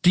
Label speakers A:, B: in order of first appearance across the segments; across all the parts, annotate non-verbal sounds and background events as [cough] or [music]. A: Do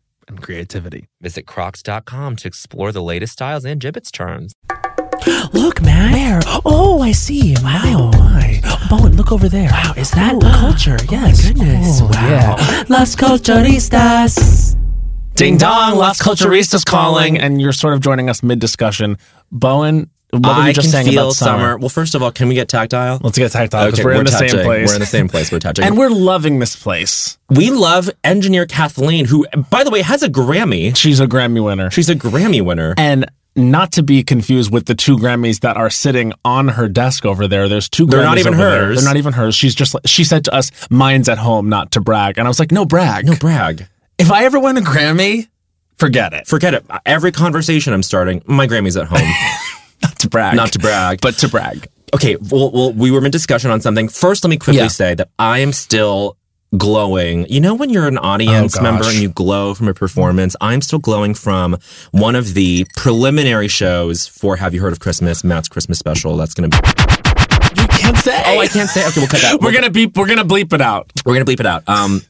A: and creativity.
B: Visit crocs.com to explore the latest styles and gibbets charms.
C: Look, man. Where? Oh, I see. Wow. Oh, my. Bowen, look over there. Wow, is that Ooh, culture? Oh, yes. goodness. wow. Yeah. Las culturistas.
A: Ding dong, Las Culturistas calling. And you're sort of joining us mid discussion. Bowen, what were
D: I
A: you just
D: can
A: saying
D: feel
A: about summer?
D: Well, first of all, can we get tactile?
A: Let's get tactile because we're, in the
D: touching.
A: same place.
D: We're in the same place. We're
A: [laughs]
D: touching.
A: and we're loving this place.
D: we love engineer Kathleen, who, by the way, has a Grammy.
A: She's a Grammy winner.
D: She's a Grammy winner.
A: And not to be confused with the two Grammys that are sitting on her desk over there. There's two.
D: They're
A: Grammys
D: not even
A: over there.
D: hers.
A: They're not even hers. She's just. like- She said to us, "Mine's at home, not to brag." And I was like, "No brag.
D: no brag.
A: if I ever win a Grammy, forget it.
D: Forget it. Every conversation I'm starting, my Grammy's at home.
A: Not to brag.
D: Not to brag.
A: but to brag.
D: okay, well, well, we were in discussion on something. First, let me quickly
A: Yeah.
D: say that I am still glowing. You know, when you're an audience
A: Oh, gosh.
D: member and you glow from a performance, I'm still glowing from one of the preliminary shows for Have You Heard of Christmas, Matt's Christmas special. That's
A: [laughs]
D: going to be.
A: You can't say.
D: Oh, I can't say. Okay, we'll cut that.
A: We're gonna beep. We're gonna bleep it out.
D: We're gonna bleep it out. Um,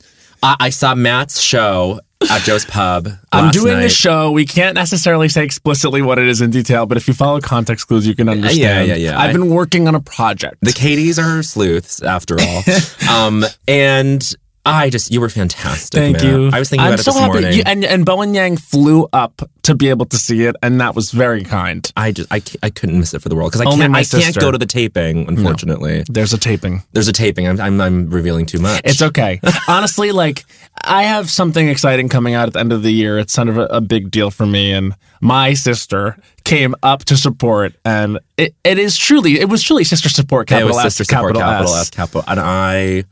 D: I, I saw Matt's show at Joe's Pub.
A: I'm
D: last
A: doing
D: night.
A: a show. We can't necessarily say explicitly what it is in detail, but if you follow context clues, you can understand.
D: yeah, yeah.
A: I've
D: I-
A: been working on a project.
D: The Katie's are sleuths, after
A: [laughs]
D: all. um, and I just you were fantastic.
A: Thank
D: Matt.
A: you.
D: I was thinking
A: I'm
D: about
A: so
D: it this
A: happy.
D: morning.
A: You- and and Bowen Yang flew up to be able to see it, and that was very kind.
D: I just I, ca- I couldn't miss it for the world because I
A: Only
D: can't
A: my
D: I can't
A: sister.
D: go to the taping unfortunately.
A: There's a taping.
D: There's a taping. I'm, I'm I'm revealing too much.
A: It's okay. [laughs] Honestly, like I have something exciting coming out at the end of the year. It's kind of a, a big deal for me, and my sister came up to support, and it, it is truly it was truly sister support.
D: it
A: Capital
D: was
A: S,
D: sister support
A: capital
D: capital
A: S.
D: S capital and I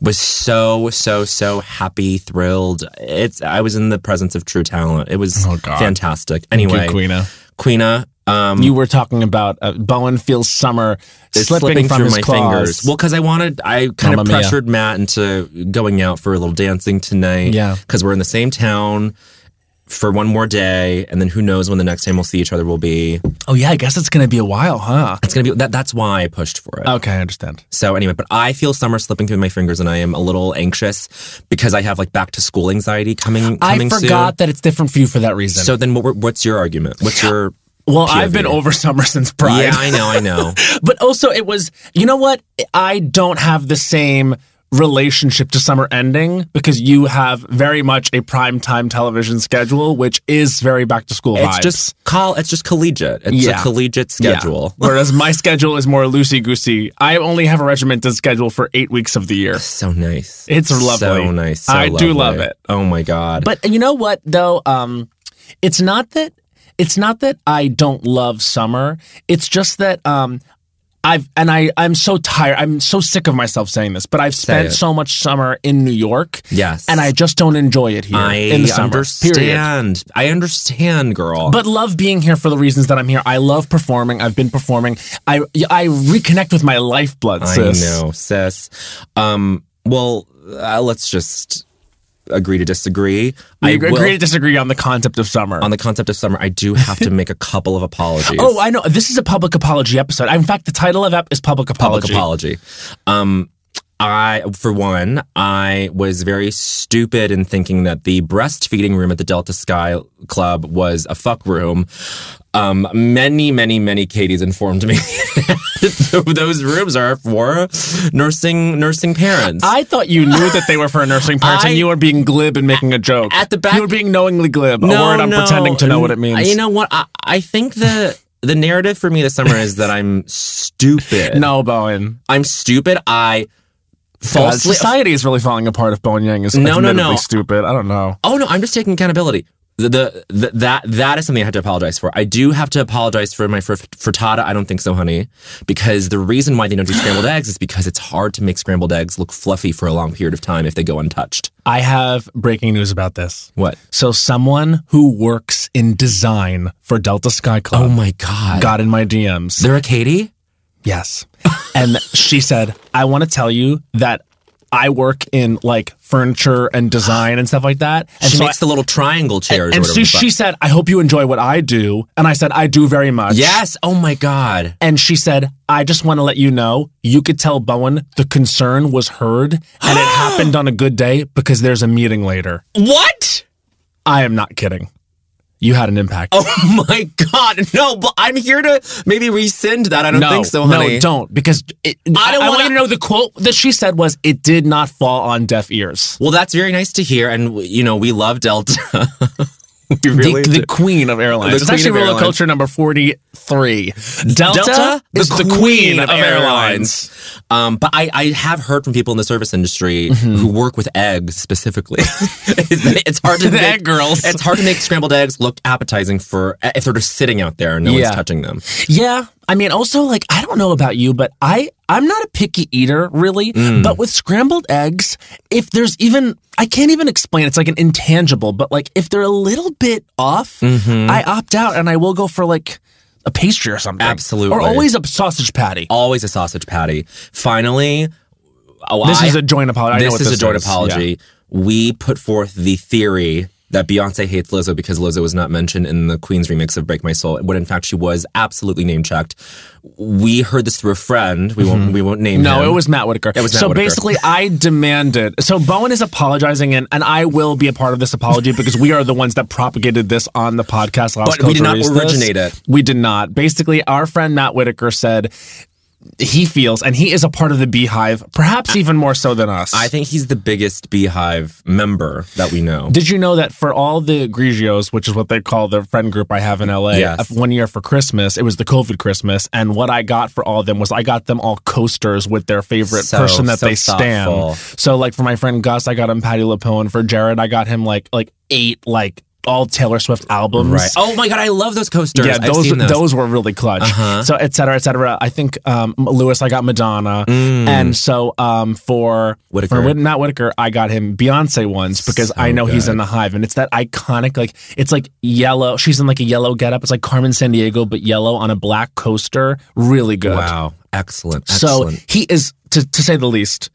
D: was so so so happy thrilled. It's I was in the presence of true talent. It was
A: Oh, God.
D: fantastic.
A: Thank you,
D: Anyway,
A: Queena.
D: Queena. Um,
A: You were talking about uh, Bowen feels summer
D: It's
A: slipping, from
D: through
A: his
D: my
A: claws.
D: fingers. Well, because I wanted, I kind
A: Mamma
D: of
A: mia.
D: pressured Matt into going out for a little dancing tonight.
A: Yeah.
D: because we're in the same town for one more day, and then who knows when the next time we'll see each other will be.
A: oh yeah, I guess it's gonna be a while, huh?
D: It's gonna be that. That's why I pushed for it.
A: Okay, I understand.
D: So anyway, but I feel summer slipping through my fingers, and I am a little anxious because I have like back to school anxiety coming.
A: I
D: coming
A: forgot that it's different for you for that reason.
D: Soon. So then, what, what's your argument?
A: [laughs]
D: What's your?
A: well, I've been
D: POV.
A: over summer since Pride. [laughs]
D: Yeah, I know, I know.
A: but also it was you know what i don't have the same relationship to summer ending because you have very much a primetime television schedule, which is very back to school
D: It's
A: vibes.
D: just call. It's just collegiate. It's
A: Yeah.
D: a collegiate
A: Yeah.
D: schedule.
A: Whereas my schedule is more loosey goosey. I only have a regimented schedule for eight weeks of the year.
D: So nice.
A: It's lovely.
D: So nice. So
A: I do love
D: lovely.
A: it.
D: Oh my god.
A: But you know what though? Um, it's not that it's not that I don't love summer. It's just that um, I've and I I'm so tired. I'm so sick of myself saying this, but I've spent
D: it.
A: so much summer in New York,
D: yes.
A: and I just don't enjoy it here
D: I
A: in the summer.
D: understand.
A: Period.
D: I understand, girl.
A: But love being here for the reasons that I'm here. I love performing. I've been performing. I I reconnect with my lifeblood.
D: I
A: sis.
D: know, sis. Um. Well, uh, let's just agree to disagree.
A: We
D: I
A: agree
D: will-
A: to disagree on the concept of summer.
D: on the concept of summer. I do have to make a couple of apologies.
A: [laughs] oh, I know. This is a public apology episode. In fact, the title of ep is public apology.
D: public apology. Um, I, for one, I was very stupid in thinking that the breastfeeding room at the Delta Sky Club was a fuck room. Um, many, many, many Katie's informed me [laughs] those rooms are for nursing nursing parents.
A: I thought you knew that they were for [laughs] nursing parents,
D: I-
A: and you were being glib and making a joke.
D: At the back-
A: you were being knowingly glib. a word I'm pretending to know what it means.
D: You know what? I, I think the the narrative for me this summer is
A: [laughs]
D: that I'm stupid.
A: no, Bowen.
D: I'm stupid. I
A: God,
D: falsely
A: society is really falling apart. If Bowen Yang is
D: No, no, no.
A: admittedly stupid, I don't know.
D: Oh no, I'm just taking accountability. The, the, the that that is something I had to apologize for. I do have to apologize for my fr- frittata. I don't think so, honey, because the reason why they don't do scrambled eggs is because it's hard to make scrambled eggs look fluffy for a long period of time if they go untouched.
A: I have breaking news about this.
D: What?
A: So, someone who works in design for Delta Sky Club.
D: Oh my god!
A: Got in my DMs.
D: They're a Katie.
A: Yes. [laughs] And she said, I want to tell you that I work in like furniture and design and stuff like that. And
D: she
A: so
D: makes
A: I-
D: the little triangle chairs.
A: and
D: or whatever
A: so
D: the
A: she
D: fuck.
A: said, I hope you enjoy what I do. And I said, I do very much.
D: Yes. Oh my god.
A: And she said, I just want to let you know you could tell Bowen the concern was heard and it
D: [gasps]
A: happened on a good day because there's a meeting later.
D: What?
A: I am not kidding. You had an impact.
D: [laughs] Oh my god. No, but I'm here to maybe rescind that. I don't
A: no,
D: think so, honey.
A: no, don't because it, I
D: don't
A: don't want
D: wanna-
A: you to know the quote that she said was it did not fall on deaf ears.
D: Well, that's very nice to hear, and you know we love Delta. [laughs] we
A: the,
D: really do.
A: the queen of airlines.
D: The
A: it's
D: queen
A: actually
D: of
A: roller
D: airlines.
A: culture number 43. Delta, is the queen, of airlines.
D: Um, but I, I have heard from people in the service industry
A: Mm-hmm.
D: who work with eggs specifically. [laughs] it's it's hard to
A: The
D: make,
A: egg girls.
D: It's hard to make scrambled eggs look appetizing for if they're just sitting out there and no
A: Yeah.
D: one's touching them.
A: Yeah. I mean, also, like, I don't know about you, but I, I'm not a picky eater, really.
D: Mm.
A: But with scrambled eggs, if there's even, I can't even explain, it's like an intangible, but like, if they're a little bit off,
D: Mm-hmm.
A: I opt out and I will go for like a pastry or something.
D: Absolutely. Oh,
A: Or always a sausage patty.
D: Always a sausage patty. Finally, oh,
A: This
D: I-
A: is a joint apology. I know
D: this
A: what
D: is a joint
A: Yeah.
D: apology. We put forth the theory that Beyonce hates Lizzo because Lizzo was not mentioned in the Queen's remix of Break My Soul, when in fact she was absolutely name checked. We heard this through a friend. We won't we won't name
A: Mm-hmm. No,
D: him.
A: it was Matt Whitaker.
D: It was Matt
A: so
D: Whitaker.
A: basically, I demanded. So Bowen is apologizing, and, and I will be a part of this apology because we are the ones that propagated this on the podcast. Las
D: But we did not
A: Culturistas.
D: originate it.
A: We did not. Basically, our friend Matt Whitaker said he feels, and he is a part of the Beehive, perhaps even more so than us.
D: I think he's the biggest Beehive member that we know.
A: Did you know that for all the Grigios, which is what they call the friend group I have in LA,
D: Yes.
A: of one year for Christmas, it was the COVID Christmas, and what I got for all of them was I got them all coasters with their favorite
D: So-
A: person that
D: so
A: they stand.
D: thoughtful.
A: So like for my friend Gus, I got him Patty LaPone. For Jared, I got him like like eight like all Taylor Swift albums.
D: Right. Oh my god, I love those coasters.
A: Yeah,
D: I've
A: those,
D: seen
A: those
D: those.
A: were really clutch.
D: Uh-huh.
A: So et cetera, et cetera. I think um, Lewis, I got Madonna,
D: Mm.
A: and so um, for
D: Whitaker.
A: for Whit- Matt Whitaker, I got him Beyonce ones because
D: So
A: I know he's
D: good.
A: in the Hive, and it's that iconic like it's like yellow. She's in like a yellow getup. It's like Carmen San Diego, but yellow on a black coaster. Really good.
D: Wow. Excellent.
A: So
D: Excellent.
A: he is, to, to say the least,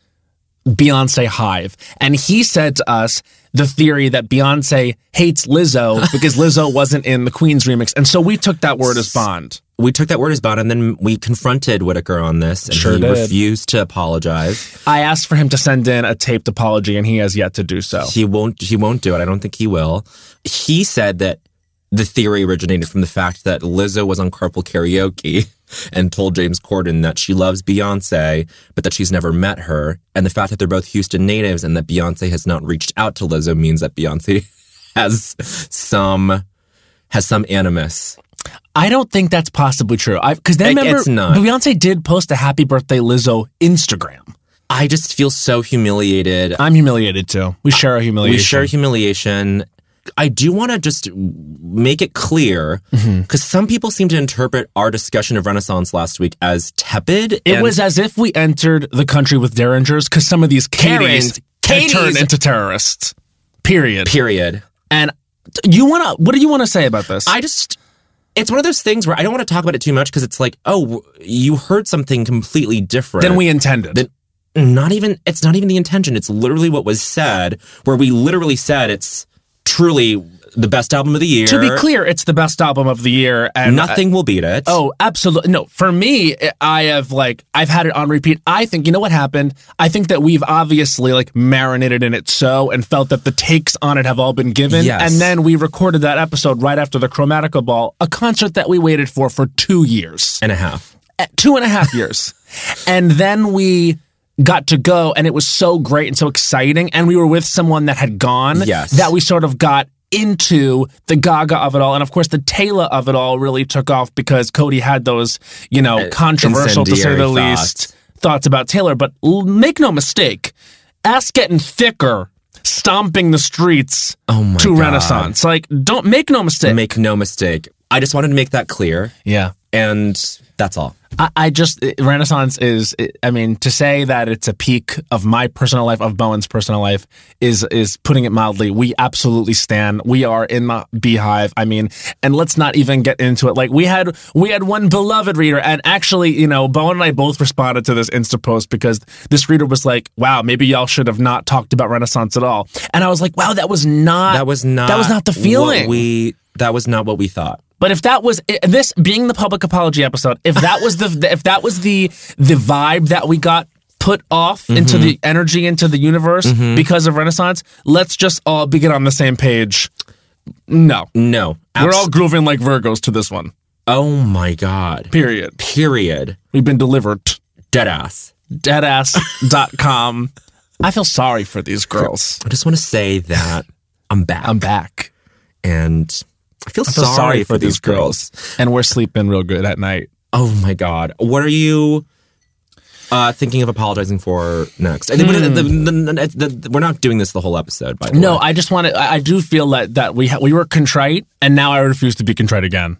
A: Beyonce Hive. And he said to us the theory that Beyonce hates [laughs] Lizzo because Lizzo wasn't in the Queen's remix. And so we took that word as bond.
D: we took that word as bond and then we confronted Whitaker on this and
A: Sure
D: he
A: did.
D: refused to apologize.
A: I asked for him to send in a taped apology, and he has yet to do so.
D: He won't. He won't do it. I don't think he will. He said that the theory originated from the fact that Lizzo was on Carpool Karaoke [laughs] and told James Corden that she loves Beyonce, but that she's never met her. And the fact that they're both Houston natives and that Beyonce has not reached out to Lizzo means that Beyonce [laughs] has some has some animus.
A: I don't think that's possibly true. I because then
D: It-
A: remember
D: it's not.
A: Beyonce did post a happy birthday Lizzo Instagram.
D: I just feel so humiliated.
A: I'm humiliated too. We share our humiliation.
D: We share humiliation. I do want to just make it clear because
A: Mm-hmm.
D: some people seem to interpret our discussion of Renaissance last week as tepid.
A: It
D: and-
A: was as if we entered the country with derringers because some of these Katies,
D: Karens.
A: can turn
D: Katies.
A: into terrorists. Period.
D: period.
A: And you want to? What do you want to say about this?
D: I just, it's one of those things where I don't want to talk about it too much because it's like, oh, you heard something completely different.
A: than we intended.
D: Then- not even, it's not even the intention. It's literally what was said, where we literally said it's truly the best album of the year.
A: to be clear, it's the best album of the year, and
D: nothing will beat it.
A: Oh, absolutely. No, for me, I have like, I've had it on repeat. I think, you know what happened? I think that we've obviously like marinated in it so and felt that the takes on it have all been given.
D: Yes.
A: And then we recorded that episode right after the Chromatica Ball, a concert that we waited for for two years,
D: and a half.
A: Eh, two and a half
D: [laughs]
A: years. and then we got to go and it was so great and so exciting. And we were with someone that had gone
D: Yes.
A: that we sort of got into the gaga of it all and of course the taylor of it all really took off because cody had those you know controversial to say the
D: Uh, incendiary
A: least thoughts about taylor but l- make no mistake ass getting thicker stomping the streets
D: Oh my
A: to
D: God.
A: renaissance like don't make no mistake
D: Make no mistake. I just wanted to make that clear.
A: yeah
D: And that's all.
A: I, I just it- Renaissance is. it- I mean, to say that it's a peak of my personal life, of Bowen's personal life, is is putting it mildly. We absolutely stand. We are in the beehive. I mean, and let's not even get into it. Like we had we had one beloved reader, and actually, you know, Bowen and I both responded to this Insta post because this reader was like, "Wow, maybe y'all should have not talked about Renaissance at all." And I was like, "Wow, that was not
D: That was not
A: that was not the
D: what
A: feeling."
D: we that was not what we thought.
A: But if that was i- this being the public apology episode, if that was the if that was the the vibe that we got put off
D: Mm-hmm.
A: into the energy into the universe because of Renaissance, let's just all be get on the same page. No,
D: No.
A: we're
D: Abs-
A: all grooving like Virgos to this one.
D: Oh my god.
A: Period.
D: Period.
A: We've been delivered.
D: Dead ass. [laughs]
A: Deadass.com. I feel sorry for these girls.
D: I just want to say that [laughs] I'm back.
A: I'm back.
D: and I feel,
A: I feel
D: sorry, for, these girls.
A: and we're sleeping real good at night.
D: Oh my god. What are you uh, thinking of apologizing for next? I think we're- the- the- the- the- we're not doing this the whole episode, by the
A: Hmm. No,
D: way.
A: I just want to. I I do feel that that we ha- we were contrite, and now I refuse to be contrite again.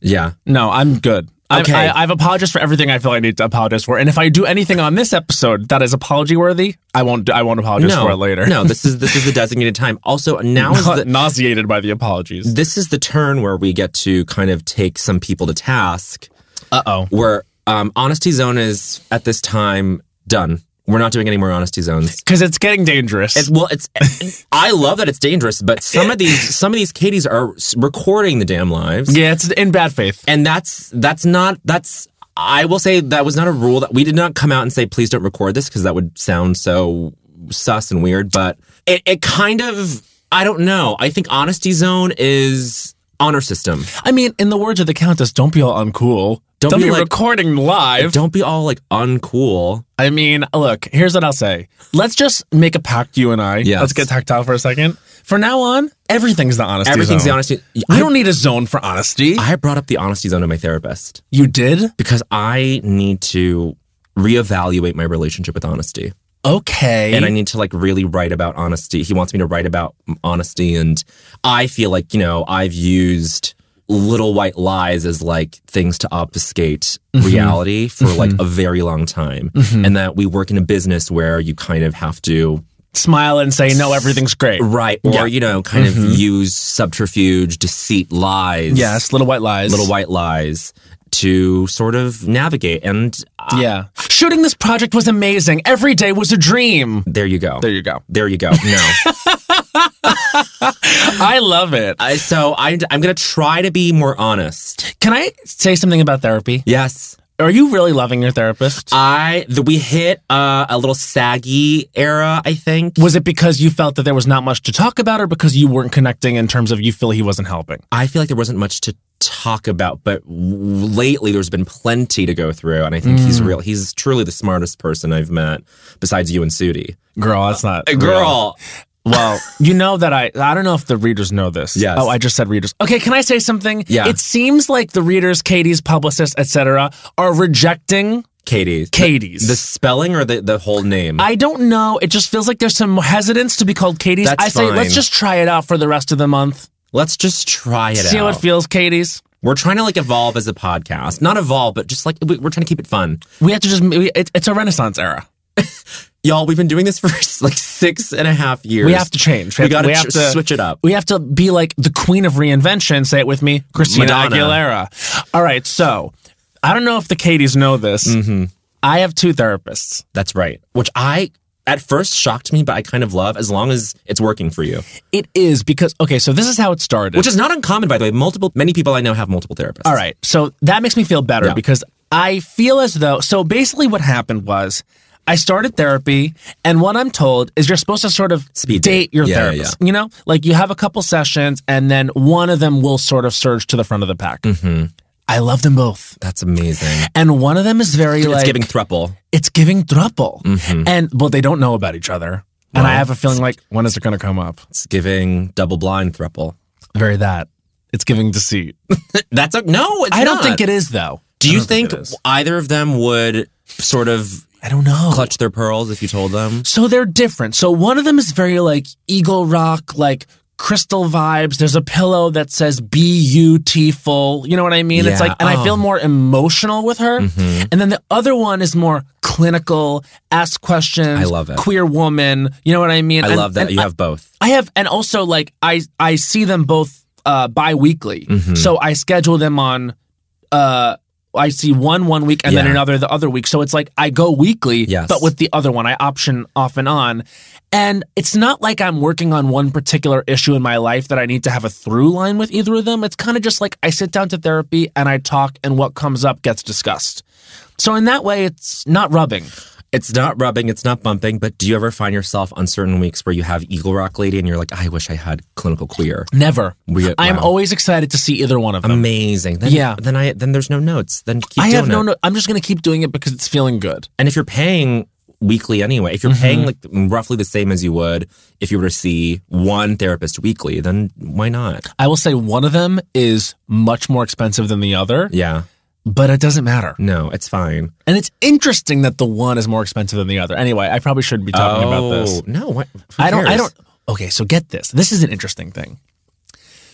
D: Yeah.
A: No, I'm good. I'm-
D: Okay.
A: I, I've apologized for everything I feel I need to apologize for, and if I do anything on this episode that is apology worthy, I won't. I won't apologize
D: no.
A: for it later. [laughs]
D: no, this is this is the designated time. Also, now is the
A: nauseated by the apologies.
D: this is the turn where we get to kind of take some people to task.
A: Uh oh.
D: Where um, honesty zone is at this time done. We're not doing any more honesty zones.
A: Because it's getting dangerous.
D: It's, well, it's. [laughs] I love that it's dangerous, but some of these some of these Katie's are s- recording the damn lives,
A: yeah, it's in bad faith.
D: and that's that's not that's. I will say that was not a rule that we did not come out and say please don't record this because that would sound so sus and weird. But it it kind of I don't know. I think honesty zone is honor system.
A: I mean, in the words of the Countess, don't be all uncool.
D: Don't be like-
A: recording live.
D: Don't be all like uncool.
A: I mean, look, here's what I'll say. Let's just make a pact, you and I.
D: Yes.
A: Let's get tactile for a second. For now on, everything's the honesty.
D: Everything's
A: zone.
D: the honesty.
A: I don't need a zone for honesty.
D: I brought up the honesty zone to my therapist
A: you did?
D: because I need to reevaluate my relationship with honesty.
A: Okay.
D: and I need to like really write about honesty. He wants me to write about honesty, and I feel like you know I've used little white lies as like things to obfuscate
A: Mm-hmm.
D: reality for like a very long time, and that we work in a business where you kind of have to
A: smile and say, no, everything's great.
D: right or
A: Yeah. Mm-hmm.
D: you know kind of use subterfuge, deceit, lies,
A: Yes, little white lies.
D: little white lies to sort of navigate. And uh,
A: Yeah. Shooting this project was amazing. Every day was a dream.
D: there you go.
A: There you go.
D: There you go.
A: [laughs]
D: No.
A: I love it.
D: I, so I, I'm going to try to be more honest.
A: Can I say something about therapy?
D: Yes.
A: Are you really loving your therapist?
D: I the, we hit uh, a little saggy era, I think.
A: was it because you felt that there was not much to talk about, or because you weren't connecting in terms of you feel he wasn't helping?
D: I feel like there wasn't much to talk about, but w- lately there's been plenty to go through, and I think
A: Mm.
D: he's real. He's truly the smartest person I've met besides you and Sudi.
A: Girl, that's not.
D: Uh, Girl,
A: Well, you know that I I don't know if the readers know this.
D: Yes.
A: Oh, I just said readers. Okay, can I say something?
D: Yeah.
A: It seems like the readers, Katie's publicist, etc., are rejecting
D: Katie,
A: Katie's.
D: the spelling or the the whole name?
A: I don't know. It just feels like there's some hesitance to be called Katie's.
D: That's
A: I say
D: fine.
A: let's just try it out for the rest of the month.
D: Let's just try it
A: See
D: out.
A: how it feels, Katie's.
D: We're trying to like evolve as a podcast, not evolve, but just like we- we're trying to keep it fun.
A: We have to just. We, it, it's a Renaissance era.
D: Y'all, we've been doing this [laughs] for like six and a half years.
A: We have to change.
D: We gotta
A: we
D: ch- switch it up.
A: We have to be like the queen of reinvention. Say it with me, Christina
D: Madonna.
A: Aguilera. All right, so I don't know if the Katie's know this.
D: Mm-hmm.
A: I have two therapists.
D: That's right. Which I at first shocked me, but I kind of love as long as it's working for you.
A: It is because okay, so this is how it started.
D: Which is not uncommon, by the way. Multiple, many people I know have multiple therapists.
A: All right. So that makes me feel better
D: Yeah.
A: because I feel as though. So basically, what happened was I started therapy, and what I'm told is you're supposed to sort of
D: Speed
A: date
D: date.
A: your
D: Yeah, yeah,
A: therapist. You know, like you have a couple sessions, and then one of them will sort of surge to the front of the pack.
D: Mm-hmm.
A: I love them both.
D: That's amazing.
A: And one of them is very like
D: it's giving thruple.
A: it's giving thruple, and well, they don't know about each other. And I
D: Well,
A: have a feeling like when is it going to come up?
D: It's giving double blind thruple.
A: Very that it's giving deceit.
D: That's a, no, it's
A: I don't
D: not.
A: think it is though.
D: Do
A: I
D: you
A: don't
D: think,
A: it is.
D: either of them would sort of
A: I don't know.
D: clutch their pearls if you told them?
A: So they're different. So one of them is very like Eagle Rock, like crystal vibes. There's a pillow that says beautiful. You know what I mean? It's
D: Yeah. Mm-hmm.
A: like, and I feel
D: Oh.
A: more emotional with her. And then the other one is more clinical, ask questions.
D: I love it.
A: Queer woman. You know what I mean?
D: I
A: And-
D: love that
A: and
D: you
A: I-
D: have both.
A: I have, and also like I I see them both uh bi-weekly.
D: Mm-hmm.
A: So I schedule them on. uh I see one one week and then
D: Yeah.
A: another the other week. So it's like I go weekly,
D: Yes.
A: but with the other one, I option off and on. And it's not like I'm working on one particular issue in my life that I need to have a through line with either of them. It's kind of just like I sit down to therapy and I talk, and what comes up gets discussed. So in that way, it's not rubbing.
D: It's not rubbing, it's not bumping, but do you ever find yourself on certain weeks where you have Eagle Rock Lady and you're like, I wish I had clinical queer?
A: Never.
D: We-
A: I'm
D: wow.
A: always excited to see either one of them.
D: Amazing. Then,
A: Yeah.
D: Then I then there's no notes. Then keep
A: I
D: doing
A: have no,
D: it.
A: no. I'm just gonna keep doing it because it's feeling good.
D: And if you're paying weekly anyway, if you're
A: Mm-hmm.
D: paying like roughly the same as you would if you were to see one therapist weekly, then why not?
A: I will say one of them is much more expensive than the other,
D: Yeah.
A: but it doesn't matter.
D: No, it's fine.
A: And it's interesting that the one is more expensive than the other. Anyway, I probably shouldn't be talking about this.
D: No, what? who
A: Oh. I don't. I
D: cares?
A: don't. Okay, so get this. This is an interesting thing.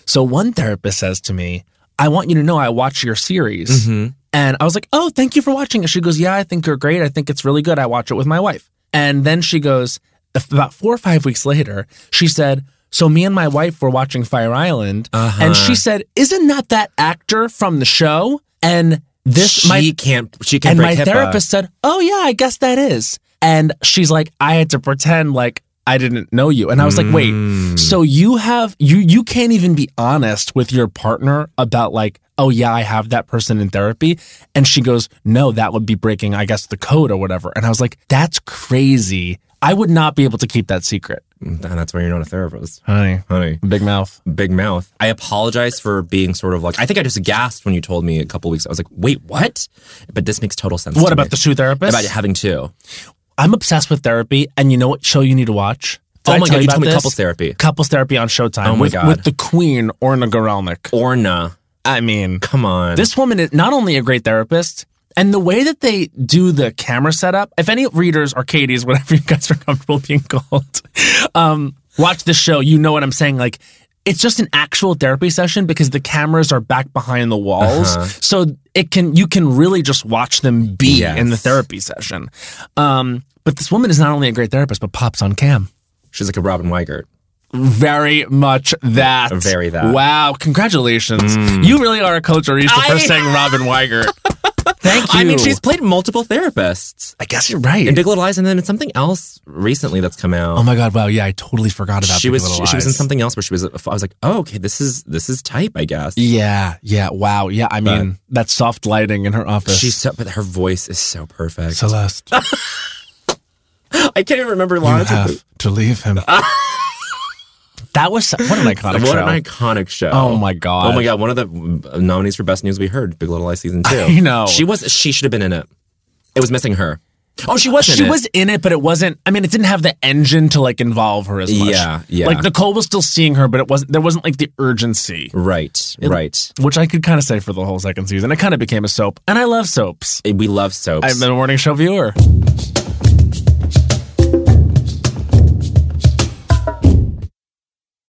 A: So one therapist says to me, "I want you to know I watch your series,"
D: Mm-hmm.
A: and I was like, "Oh, thank you for watching it." She goes, "Yeah, I think you're great. I think it's really good. I watch it with my wife." And then she goes, if- about four or five weeks later, she said. So me and my wife were watching Fire Island, and
D: Uh-huh.
A: she said, "Isn't that that actor from the show?" And this
D: she
A: my
D: can't. She can't.
A: and my
D: break HIPAA.
A: therapist said, "Oh yeah, I guess that is." And she's like, "I had to pretend like I didn't know you." And I was like, "Wait, so you have you you can't even be honest with your partner about like, oh yeah, I have that person in therapy." And she goes, "No, that would be breaking I guess the code or whatever." And I was like, "That's crazy. I would not be able to keep that secret."
D: And Mm, that's why you're not a therapist,
A: Honey,
D: honey.
A: big mouth.
D: Big mouth. I apologize for being sort of like. I think I just gasped when you told me a couple weeks. I was like, wait, what? But this makes total sense.
A: What
D: to
A: about
D: me.
A: the shoe therapist?
D: About having two.
A: I'm obsessed with therapy, and you know what show you need to watch? Did
D: oh
A: I
D: my
A: tell
D: god! You
A: about
D: told me
A: this?
D: couples therapy.
A: couples therapy on Showtime.
D: Oh my
A: with,
D: God.
A: with the queen Orna Goralnik.
D: Orna,
A: I mean,
D: come on.
A: this woman is not only a great therapist, and the way that they do the camera setup. If any readers or Katie's, [laughs] whatever you guys are comfortable being called, um, watch this show, you know what I'm saying. Like. It's just an actual therapy session because the cameras are back behind the walls, so it can you can really just watch them be
D: Yes.
A: in the therapy session. Um, but this woman is not only a great therapist, but pops on cam.
D: she's like a Robin Weigert.
A: Very much that.
D: Very that.
E: Mm.
A: Wow. Congratulations. You really are a culturista for
D: I-
A: saying Robin Weigert. [laughs] Thank you.
E: I mean, she's played multiple therapists.
A: I guess you're right.
E: In Big Little Lies, and then it's something else recently that's come out.
A: oh my god! Wow. Yeah, I totally forgot about.
E: she
A: Big
E: was
A: Little
E: she, she was in
A: Lies.
E: something else where she was. a- I was like, oh, okay, this is this is type, I guess.
A: Yeah. Yeah. Wow. Yeah. I mean, that soft lighting in her office.
E: She's so, but her voice is so perfect. [laughs]
A: Celeste.
E: I can't even remember
A: you
E: lines.
A: have to leave
E: [laughs]
A: him. that was so- what an iconic
E: what
A: show.
E: an iconic show!
A: Oh my
E: Oh
A: god.
E: my god! One of the nominees for best news we heard, Big Little Lies
A: [laughs]
E: season two.
A: I know.
E: she was. She should have been in it. It was missing her. Oh, she was. in
A: She
E: it.
A: was in it, but it wasn't. I mean, it didn't have the engine to like involve her as much.
E: Yeah, yeah.
A: Like Nicole was still seeing her, but it wasn't. There wasn't like the urgency,
E: Right, right.
A: which I could kind of say for the whole second season. It kind of became a soap, and I love soaps.
E: We love soaps.
A: I'm a morning show viewer.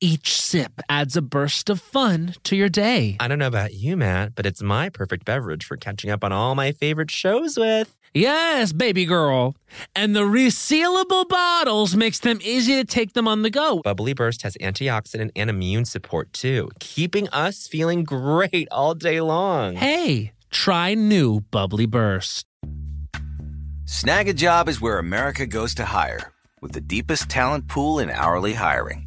F: Each sip adds a burst of fun to your day.
D: I don't know about you, Matt, but it's my perfect beverage for catching up on all my favorite shows with.
F: Yes, baby girl. And the resealable bottles makes them easy to take them on the go.
D: Bubbly Burst has antioxidant and immune support too, keeping us feeling great all day long.
F: Hey, try new Bubbly Burst.
G: Snag a job is where America goes to hire, with the deepest talent pool in hourly hiring.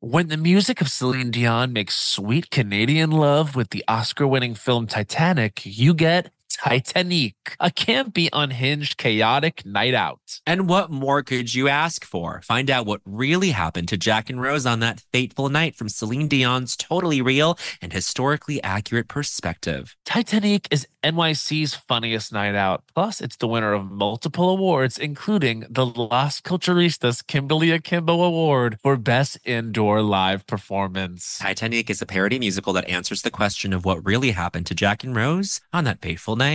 H: When the music of Celine Dion makes sweet Canadian love with the Oscar winning film Titanic, you get Titanic, a campy, unhinged, chaotic night out.
D: And what more could you ask for? Find out what really happened to Jack and Rose on that fateful night from Celine Dion's totally real and historically accurate perspective.
H: Titanic is NYC's funniest night out. Plus, it's the winner of multiple awards, including the Las Culturistas Kimberly Akimbo Award for Best Indoor Live Performance.
D: Titanic is a parody musical that answers the question of what really happened to Jack and Rose on that fateful night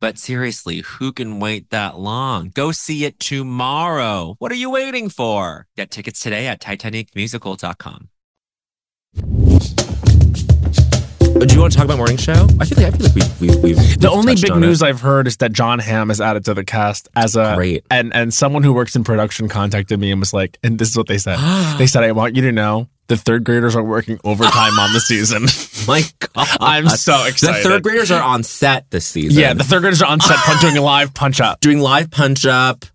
D: But seriously, who can wait that long? Go see it tomorrow. What are you waiting for? Get tickets today at TitanicMusical.com. do you want to talk about morning show? I feel like I feel like we we we
A: The only big
D: [laughs]
A: news I've heard is that John Hamm is added to the cast as a
D: Great.
A: and and someone who works in production contacted me and was like, and this is what they
D: [gasps]
A: said. they said, I want you to know the third graders are working overtime on the
D: [laughs]
A: season. [laughs]
D: My God,
A: I'm so
D: The
A: excited.
D: third graders are on set this season.
A: yeah, the third graders are on
D: [laughs]
A: set pun- doing a live punch up.
D: doing live punch up.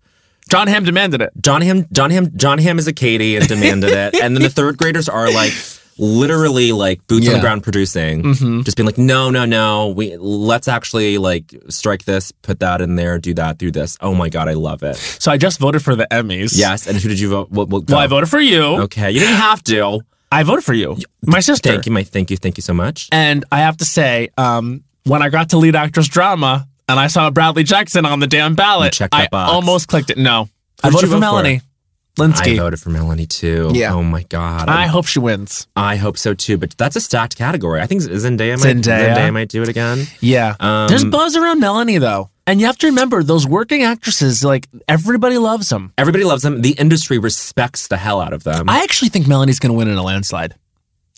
A: John Hamm demanded it.
D: John Ham, John Ham, John Ham is a Katie and demanded it,
A: [laughs]
D: and then the third graders are like literally like boots on the
A: Yeah. Mm-hmm.
D: ground producing, just being like, no, no, no, we let's actually like strike this, put that in there, do that, do this. Oh my God, I love it.
A: So I just voted for the Emmys.
D: Yes, and who did you vote? What, what,
A: Well, I voted for you.
D: Okay, you didn't have to.
A: I voted for you. My sister.
D: Thank you, my thank you, thank you so much.
A: And I have to say, um, when I got to lead actress drama and I saw Bradley Jackson on the damn
D: You
A: ballot,
D: checked that
A: I
D: box.
A: almost clicked it. No. I
D: did
A: voted
D: you
A: for
D: vote for?
A: Melanie
D: I
A: Linsky.
D: voted for Melanie too.
A: Yeah.
D: Oh my God.
A: I
D: I,
A: hope she wins.
D: I hope so too. But that's a stacked category. I think Zendaya might
A: Zendaya.
D: Zendaya might do it again.
A: Yeah.
D: Um,
A: There's buzz around Melanie though. And you have to remember those working actresses, like everybody loves them.
D: Everybody loves them. The industry respects the hell out of them. I,
A: I actually think Melanie's gonna win in a landslide.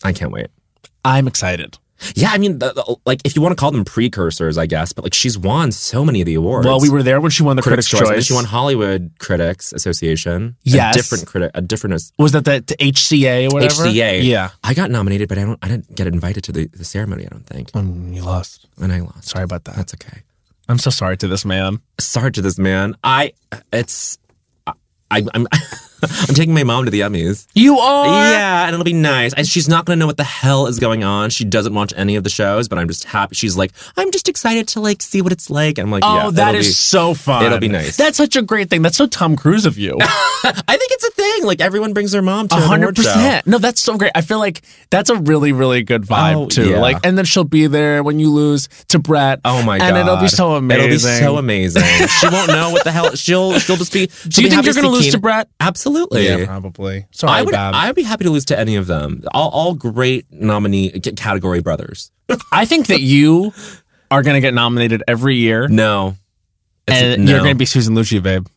D: can't wait.
A: I'm excited.
D: Yeah, I mean, the, the- like if you want to call them precursors, I guess, but like she's won so many of the awards.
A: Well, we were there when she won the
D: Critics'
A: Critics',
D: Choice. and then
A: Choice.
D: She won Hollywood Critics Association.
A: Yes.
D: a different critic, a different. as-
A: was that the, the HCA or whatever?
D: HCA.
A: Yeah.
D: I got nominated, but I don't. I didn't get invited to the, the ceremony. I don't think,
A: Um, you lost.
D: and I lost.
A: Sorry about that.
D: That's okay.
A: I'm so sorry to this man.
D: Sorry to this man. I. It's. I, I'm. [laughs] I'm taking my mom to the Emmys.
A: You are.
D: Yeah, and it'll be nice. And she's not gonna know what the hell is going on. She doesn't watch any of the shows, but I'm just happy. She's like, I'm just excited to like see what it's like. And I'm like,
A: Oh,
D: yeah,
A: that
D: it'll
A: is
D: be-
A: so fun.
D: it'll be nice.
A: That's such a great thing. That's so Tom Cruise of
D: [laughs]
A: you.
D: I think it's a thing. Like everyone brings their mom to
A: A
D: an
A: hundred
D: award show.
A: percent. No, that's so great. I feel like that's a really, really good vibe
D: Oh,
A: too.
D: yeah.
A: Like, and then she'll be there when you lose to Brett.
D: Oh my god!
A: and it'll be so amazing.
D: It'll be so amazing. she won't know what
A: [laughs]
D: the hell. She'll she'll just be.
A: Do you think you're
D: going
A: gonna lose to Brett?
D: Absolutely.
A: probably. Sorry,
D: I would.
A: Bab.
D: I would be happy to lose to any of them. All, all great nominee c- category brothers.
A: I think that you are going to get nominated every year,
D: No, It's-
A: and
D: no.
A: you're going to be Susan Lucci, babe.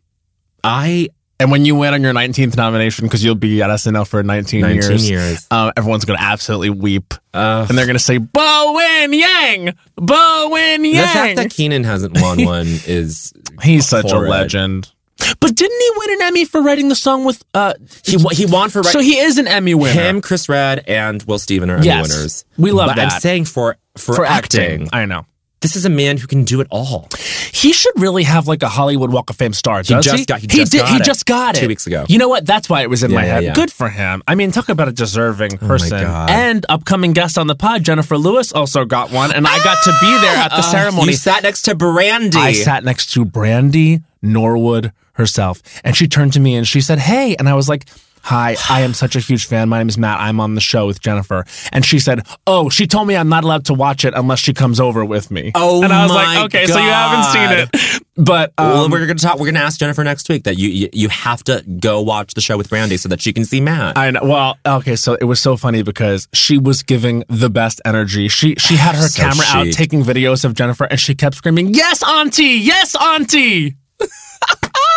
D: I
A: And when you win on your 19th nomination, because you'll be at SNL for 19,
D: 19 years.
A: years, um, everyone's going to absolutely weep,
D: Ugh.
A: and they're going to say Bowen Yang, Bowen Yang.
D: The fact that Keenan
A: [laughs]
D: hasn't won one is
A: He's such
D: horrid.
A: a legend. But didn't he win an Emmy for writing the song with? uh
D: he wa- he won for
A: So he is an Emmy winner.
D: him, Chris Red, and Will Steven are Emmy
A: Yes.
D: winners.
A: We love
D: but
A: that
D: I'm saying for for,
A: for
D: acting,
A: acting. I know
D: this is a man who can do it all.
A: he should really have like a Hollywood Walk of Fame star.
D: He
A: does
D: just got- he just
A: did.
D: got
A: he
D: it
A: just got it
D: two weeks ago.
A: You know what? That's why it was in
D: Yeah,
A: my
D: yeah,
A: head.
D: yeah. Oh
A: Good for him. I mean, talk about a deserving person.
D: God.
A: and upcoming guest on the pod, Jennifer Lewis, also got one, and I got to be there at the ceremony.
D: Uh, Ah, You sat next to Brandy.
A: I sat next to Brandy Norwood herself, and she turned to me and she said, "Hey," and I was like. Hi, I am such a huge fan. My name is Matt. I'm on the show with Jennifer. And she said, Oh, she told me I'm not allowed to watch it unless she comes over with me.
D: Oh
A: and I was
D: my
A: like, Okay, so you haven't seen it. [laughs] But
D: well,
A: um,
D: we're gonna talk. We're gonna ask Jennifer next week that you, you you have to go watch the show with Brandy so that she can see Matt.
A: I know. Well, okay. So it was so funny because she was giving the best energy. She she had her
D: So
A: camera out
D: chic.
A: taking videos of Jennifer, and she kept screaming, "Yes, Auntie! Yes, Auntie!"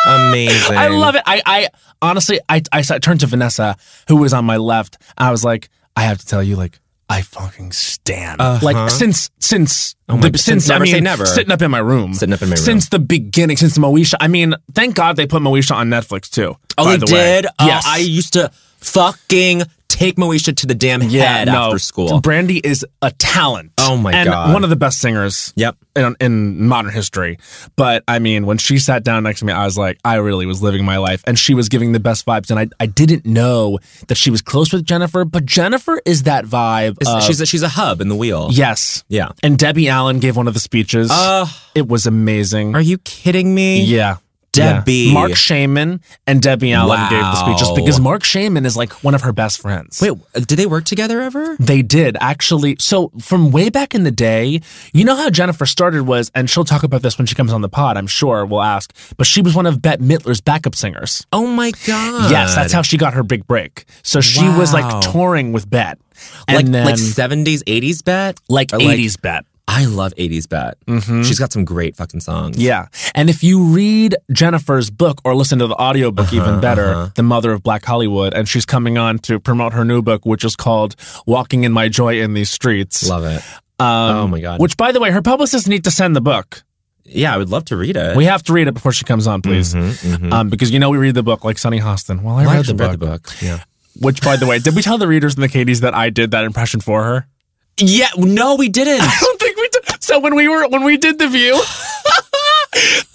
D: Amazing.
A: I love it. I I honestly, I I sa- turned to Vanessa, who was on my left. I was like, I have to tell you, like. I fucking stand. Like since since
D: Uh-huh. Oh my-
A: the,
D: since
A: since,
D: Never
A: I mean,
D: Say Never.
A: sitting up in my room
D: Sitting Up in My Room.
A: since the beginning since Moesha. I mean, thank God they put Moesha on Netflix too.
D: Oh,
A: by
D: they
A: the
D: did.
A: Way.
D: Oh,
A: yes,
D: I used to fucking take Moesha to the damn head after school.
A: Brandy is a talent.
D: Oh my
A: and
D: God.
A: one of the best singers.
D: Yep.
A: In, in modern history, but I mean, when she sat down next to me, I was like, I really was living my life, and she was giving the best vibes, and I I didn't know that she was close with Jennifer, but Jennifer is that vibe.
D: It's-
A: of-
D: she's a, she's a hub in the wheel.
A: uh, yes.
D: Yeah.
A: And Debbie Allen gave one of the speeches.
D: Uh,
A: it was amazing.
D: are you kidding me?
A: Yeah.
D: Debbie.
A: Yeah. Mark Shaman and Debbie Allen gave the speeches
D: Wow.
A: because Mark Shaman is like one of her best friends.
D: Wait, did they work together ever?
A: They did actually. So from way back in the day, you know how Jennifer started was, and she'll talk about this when she comes on the pod. I'm sure we'll ask, but she was one of Bette Midler's backup singers.
D: Oh my god.
A: Yes, that's how she got her big break. So she was
D: Wow.
A: like touring with Bette, and
D: Like
A: then
D: like seventies, eighties bet.
A: like
D: or
A: eighties Bette.
D: I love eighties bet.
A: Mhm.
D: She's got some great fucking songs.
A: Yeah. And if you read Jennifer's book or listen to the audiobook,
D: Uh-huh,
A: even better, The Mother of Black Hollywood, and she's coming on to promote her new book, which is called Walking in My Joy in These Streets.
D: Love it.
A: Um,
D: oh my god!
A: Which, by the way, her publicists need to send the book.
D: yeah, I would love to read it.
A: We have to read it before she comes on, please,
D: mhm.
A: Um, because you know we read the book like Sonny Hostin. Well, I,
D: Well, I
A: read, the
D: actually
A: book,
D: read the book. Yeah.
A: Which, by the way, did we tell the readers and the Katie's that I did that impression for her? [laughs]
D: Yeah. No, we didn't.
A: I don't think we did. So when we were when we did the view, [laughs]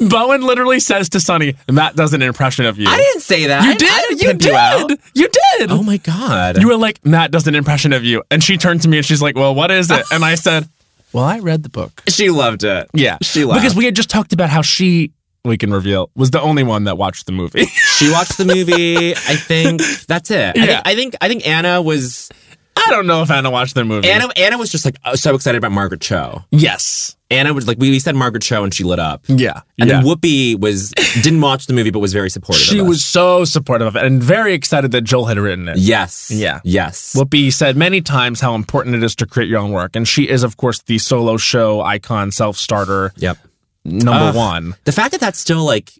A: Bowen literally says to Sonny, "Matt does an impression of you."
D: I didn't say that.
A: You
D: I-
A: did.
D: I didn't
A: you
D: pimp
A: did.
D: You, out.
A: You did.
D: Oh my god.
A: You were like, Matt does an impression of you. And she turned to me and she's like, Well, what is it? And I said, Well, I read the book.
D: she loved it.
A: Yeah.
D: She laughed.
A: Because we had just talked about how she, we can reveal, was the only one that watched the movie. [laughs]
D: She watched the movie. I think that's it.
A: Yeah.
D: I, think, I think I think Anna was
A: I don't know if Anna watched the movie.
D: Anna Anna was just like oh, so excited about Margaret Cho.
A: Yes.
D: Anna was like we, we said Margaret Cho and she lit up.
A: Yeah.
D: And
A: yeah.
D: then Whoopi was didn't watch the movie but was very supportive.
A: she
D: of us.
A: was so supportive of it and very excited that Joel had written it.
D: yes
A: Yeah.
D: yes.
A: Whoopi said many times how important it is to create your own work. And she is, of course, the solo show icon, self starter,
D: Yep.
A: number
D: Ugh.
A: one.
D: The fact that that still like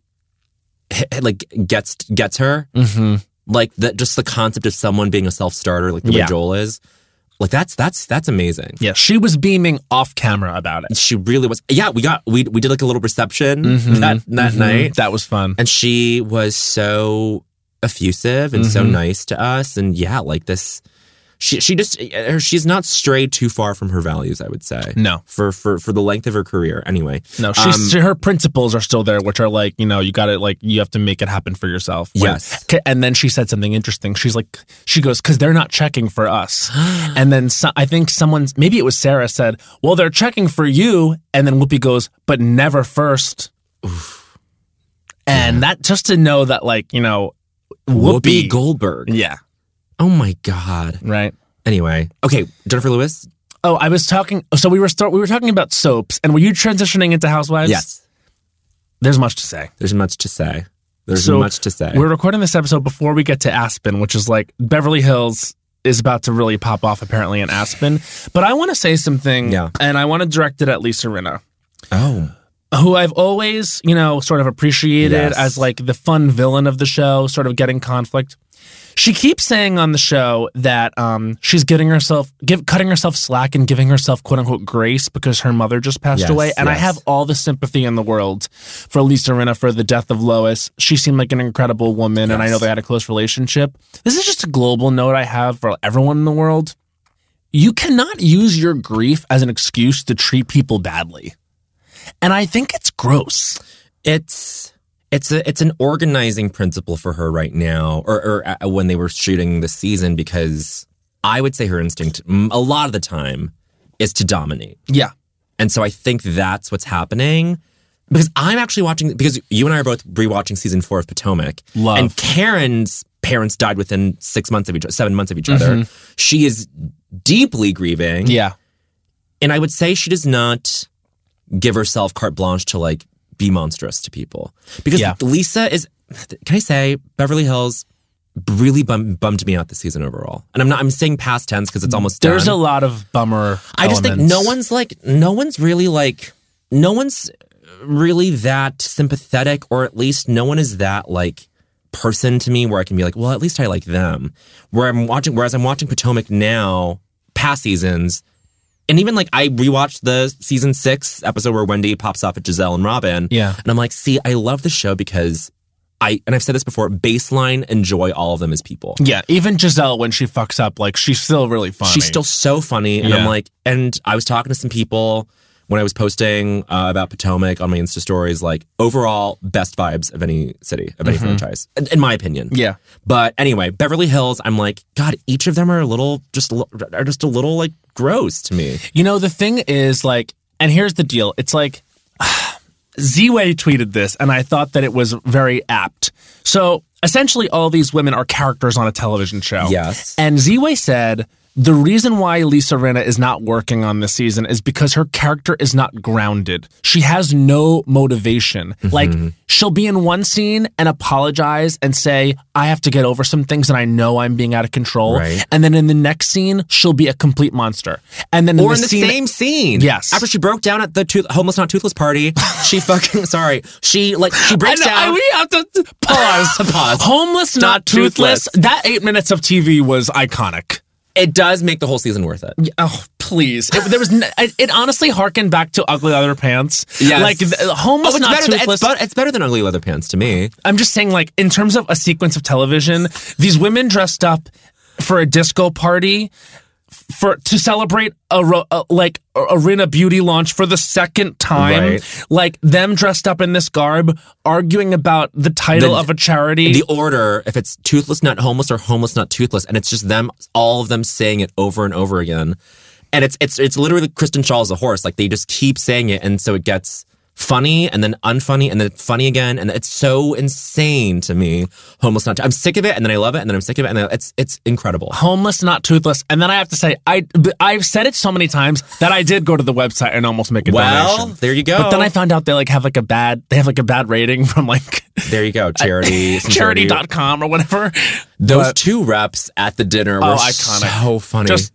D: h- like gets gets her
A: Mm-hmm.
D: like the just the concept of someone being a self starter like the
A: Yeah.
D: way Joel is like that's that's that's amazing.
A: Yeah. She was beaming off camera about it.
D: She really was. Yeah, we got we we did like a little reception
A: Mhm.
D: that that
A: Mhm.
D: night.
A: That was fun.
D: and she was so effusive and so
A: Mhm.
D: nice to us and yeah like this she she just her, she's not strayed too far from her values i would say
A: No.
D: for for for the length of her career anyway
A: No,
D: Um,
A: she's her principles are still there, which are like you know you got to like you have to make it happen for yourself. When-
D: Yes.
A: K- and then she said something interesting. She's like, she goes, because they're not checking for
D: [gasps]
A: us. and then so, I think someone's maybe it was Sarah said, well they're checking for you, and then Whoopi goes, but never first. And that just to know that like you know,
D: whoopi
A: Whoopi,
D: goldberg
A: yeah,
D: oh my god
A: right.
D: anyway okay jennifer lewis
A: Oh, I was talking. So we were start. We were talking about soaps, and were you transitioning into Housewives?
D: yes
A: There's much to say.
D: there's much to say there's
A: So,
D: much to say
A: We're recording this episode before we get to Aspen, which is like Beverly Hills is about to really pop off apparently in Aspen. But I want to say something,
D: Yeah.
A: and I want to direct it at Lisa Rinna,
D: oh
A: who I've always, you know, sort of appreciated
D: Yes.
A: as like the fun villain of the show, sort of getting conflict. She keeps saying on the show that um, she's getting herself, give, cutting herself slack and giving herself "quote unquote" grace because her mother just passed
D: Yes,
A: away. And I
D: yes.
A: have all the sympathy in the world for Lisa Rinna for the death of Lois. She seemed like an incredible woman, and I
D: Yes.
A: know they had a close relationship. This is just a global note I have for everyone in the world. You cannot use your grief as an excuse to treat people badly. And I think it's gross.
D: it's it's a it's an organizing principle for her right now, or, or uh, when they were shooting this season, because I would say her instinct mm, a lot of the time is to dominate,
A: Yeah.
D: and so I think that's what's happening. Because I'm actually watching because you and I are both rewatching season four of Potomac,
A: Love.
D: and Karen's parents died within six months of each, seven months of each other. She is deeply grieving,
A: Mm-hmm. Yeah.
D: and I would say she does not give herself carte blanche to like be monstrous to people because
A: Yeah.
D: Lisa is. Can I say Beverly Hills really bum, bummed me out this season overall? And I'm not. I'm saying past tense because it's almost
A: Mm-hmm. There's a
D: done.
A: lot of bummer.
D: I just think
A: elements.
D: no one's like no one's really like no one's really that sympathetic or at least no one is that like person to me where I can be like, well, at least I like them. Where I'm watching whereas I'm watching Potomac now, past seasons, and even like I rewatched the season six episode where Wendy pops off at Giselle and Robin.
A: Yeah.
D: And I'm like, see, I love the show because I and I've said this before, baseline enjoy all of them as people.
A: Yeah. Even Giselle, when she fucks up, like she's still really funny.
D: She's still so funny. And I'm
A: Yeah.
D: like, and I was talking to some people when I was posting uh, about Potomac on my Insta stories, like overall best vibes of any city, of any franchise, in, in my opinion.
A: Yeah.
D: But anyway, Beverly Hills, I'm like, God, each of them are a little, just, a li- are just a little like gross to me.
A: You know, the thing is like, and here's the deal. It's like [sighs] Z-Way tweeted this, and I thought that it was very apt. So essentially all these women are characters on a television show.
D: Yes.
A: And Z-Way said the reason why Lisa Rinna is not working on this season is because her character is not grounded. She has no motivation.
D: Mm-hmm.
A: Like she'll be in one scene and apologize and say, "I have to get over some things and I know I'm being out of control."
D: Right.
A: And then in the next scene, she'll be a complete monster. And then
D: Or
A: in
D: in the
A: scene,
D: same scene.
A: Yes.
D: After she broke down at the tooth- homeless not toothless party, [laughs] she fucking sorry. She like she breaks
A: I know-
D: down.
A: I- we have to [laughs] pause.
D: Pause.
A: Homeless, not
D: Not toothless.
A: toothless. That eight minutes of TV was iconic.
D: It does make the whole season worth it.
A: Oh, please. It, there was n- it, it honestly harkened back to Ugly Leather Pants.
D: Yes.
A: Like, the, Home was
D: it's,
A: not
D: better than, it's,
A: toothless.
D: bet- it's better than Ugly Leather Pants to me.
A: I'm just saying, like, in terms of a sequence of television, these women dressed up for a disco party for to celebrate a, ro- a like a- arena beauty launch for the second time
D: Right.
A: like them dressed up in this garb arguing about the title
D: The-
A: of a charity
D: The order, if it's toothless, not homeless, or homeless, not toothless, and it's just them, all of them saying it over and over again, and it's it's it's literally Kristen Shaw as a horse. Like they just keep saying it, and so it gets funny, and then unfunny, and then funny again, and it's so insane to me. Homeless, not. I'm sick of it, and then I love it, and then I'm sick of it, and then it's it's incredible.
A: homeless not toothless and then i have to say i b- i've said it so many times that i did go to the website and almost make a
D: Well,
A: donation
D: there you go.
A: but then i found out they like have like a bad they have like a bad rating from like
D: there you
A: [laughs]
D: go, charity, some
A: charity.com or whatever
D: Those two reps at the dinner were
A: Oh, iconic.
D: so funny.
A: Just-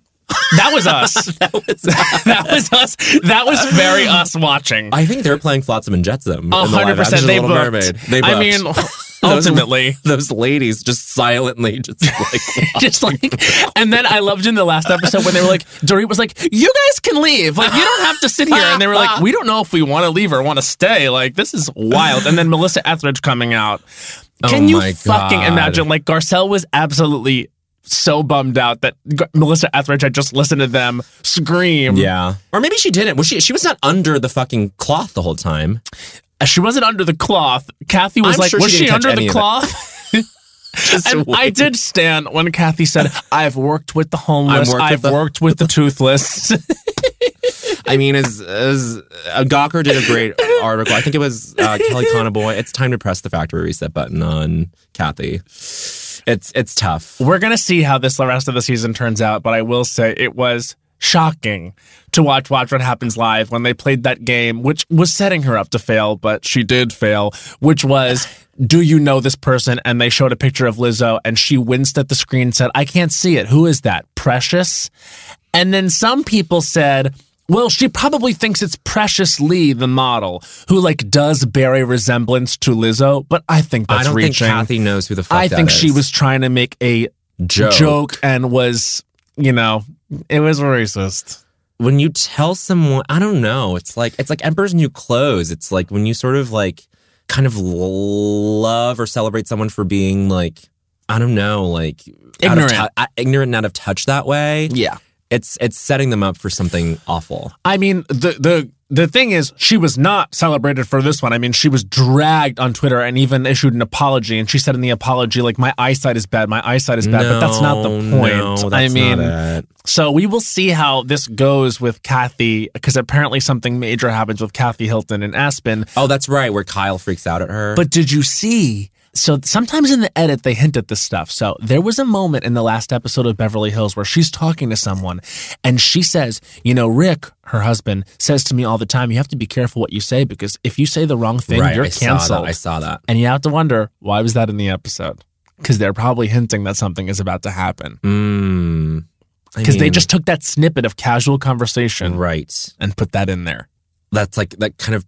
A: that was us that was [laughs] that was us that was very us watching
D: I think they're playing Flotsam and Jetsam.
A: A
D: in the
A: Oh,
D: live
A: hundred percent.
D: action
A: They
D: of
A: booked.
D: Little Mermaid. They
A: I
D: booked.
A: mean, ultimately,
D: those ladies just silently just [laughs] like
A: just like. And then I loved in the last episode when they were like, Dorit was like, "You guys can leave. [laughs] Like, you don't have to sit here." And they were like, "We don't know if we want to leave or want to stay. Like, this is wild." And then Melissa Etheridge [laughs] coming out. Can you
D: Oh my
A: fucking
D: God.
A: imagine? Like, Garcelle was absolutely. So bummed out that G- Melissa Etheridge had just listened to them scream.
D: yeah or maybe she didn't was she she was not under the fucking cloth the whole time
A: she wasn't under the cloth. Kathy was
D: I'm
A: like,
D: sure she
A: "Was she,
D: didn't catch
A: under
D: any
A: the
D: of it."
A: cloth?"
D: [laughs]
A: And I did stand when Kathy said, "I've worked with the homeless.
D: I've worked with
A: I've
D: the-
A: worked with the toothless." [laughs]
D: I mean as as uh, Gawker did a [laughs] great article I think it was uh, Kelly Conaboy it's time to press the factory reset button on Kathy it's it's tough
A: We're gonna see how this the rest of the season turns out, but I will say it was shocking to watch Watch What Happens Live when they played that game, which was setting her up to fail, but she did fail, which was. Do you know this person? And they showed a picture of Lizzo and she winced at the screen and said, I can't see it. Who is that? Precious? And then some people said, well, she probably thinks it's Precious Lee, the model, who like does bear a resemblance to Lizzo, but I think that's
D: I don't
A: reaching.
D: think Kathy knows who the fuck
A: I
D: that
A: think she
D: is.
A: was trying to make a
D: joke.
A: and was, you know, it was racist.
D: when you tell someone i don't know it's like it's like emperor's new clothes it's like when you sort of like kind of love or celebrate someone for being like i don't know like out of
A: Ignorant.
D: tou- uh, ignorant and out of touch that way
A: Yeah.
D: it's it's setting them up for something awful
A: I mean, the the the thing is, she was not celebrated for this one. I mean, she was dragged on Twitter and even issued an apology. And she said in the apology, like, my eyesight is bad, my eyesight is bad. but that's not the
D: No,
A: point.
D: no,
A: I
D: that's
A: mean,
D: not it.
A: so we will see how this goes with Kathy, because apparently something major happens with Kathy Hilton and Aspen.
D: oh that's right where kyle freaks out at her
A: But did you see? So sometimes in the edit, they hint at this stuff. So there was a moment in the last episode of Beverly Hills where she's talking to someone and she says, You know, Rick, her husband, says to me all the time, You have to be careful what you say because if you say the wrong thing,
D: right
A: you're
D: I saw
A: canceled.
D: that i saw that
A: and you have to wonder, why was that in the episode? Because they're probably hinting that something is about to happen.
D: Mm. I
A: Because they
D: mean,
A: just took that snippet of casual conversation
D: right
A: and put that in there.
D: that's like that kind of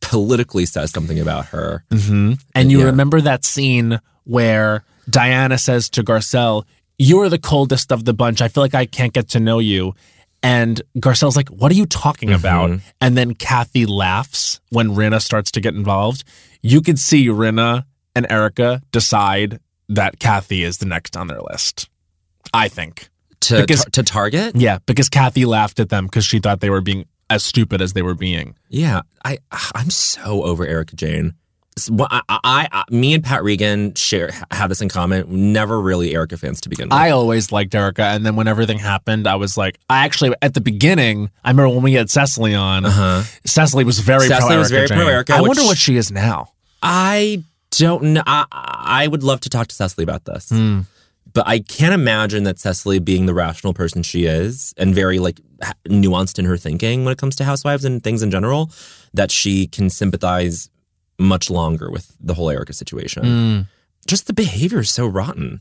D: politically says something about her
A: Mm-hmm. And you
D: Yeah.
A: remember that scene where Diana says to Garcelle, You're the coldest of the bunch. I feel like I can't get to know you. And Garcelle's like, What are you talking about? And then Kathy laughs when Rinna starts to get involved. You could see Rinna and Erica decide that Kathy is the next on their list. I think.
D: to
A: Because-
D: tar- to target
A: Yeah, because Kathy laughed at them because she thought they were being as stupid as they were being.
D: Yeah, I I'm so over Erica Jane. S- wh- I, I, I- me and Pat Regan share have this in common. Never really Erica fans to begin with.
A: I always liked Erica, and then when everything happened, I was like, I actually at the beginning, I remember when we had Cecily on.
D: uh-huh.
A: Cecily was very
D: Cecily
A: pro
D: was
A: Erica.
D: very
A: Jane.
D: pro-Erica,
A: I
D: which-
A: wonder what she is now.
D: I don't know. I, I would love to talk to Cecily about this,
A: Hmm.
D: but I can't imagine that Cecily, being the rational person she is, and very like ha- nuanced in her thinking when it comes to housewives and things in general, that she can sympathize much longer with the whole Erica situation.
A: Hmm.
D: Just the behavior is so rotten.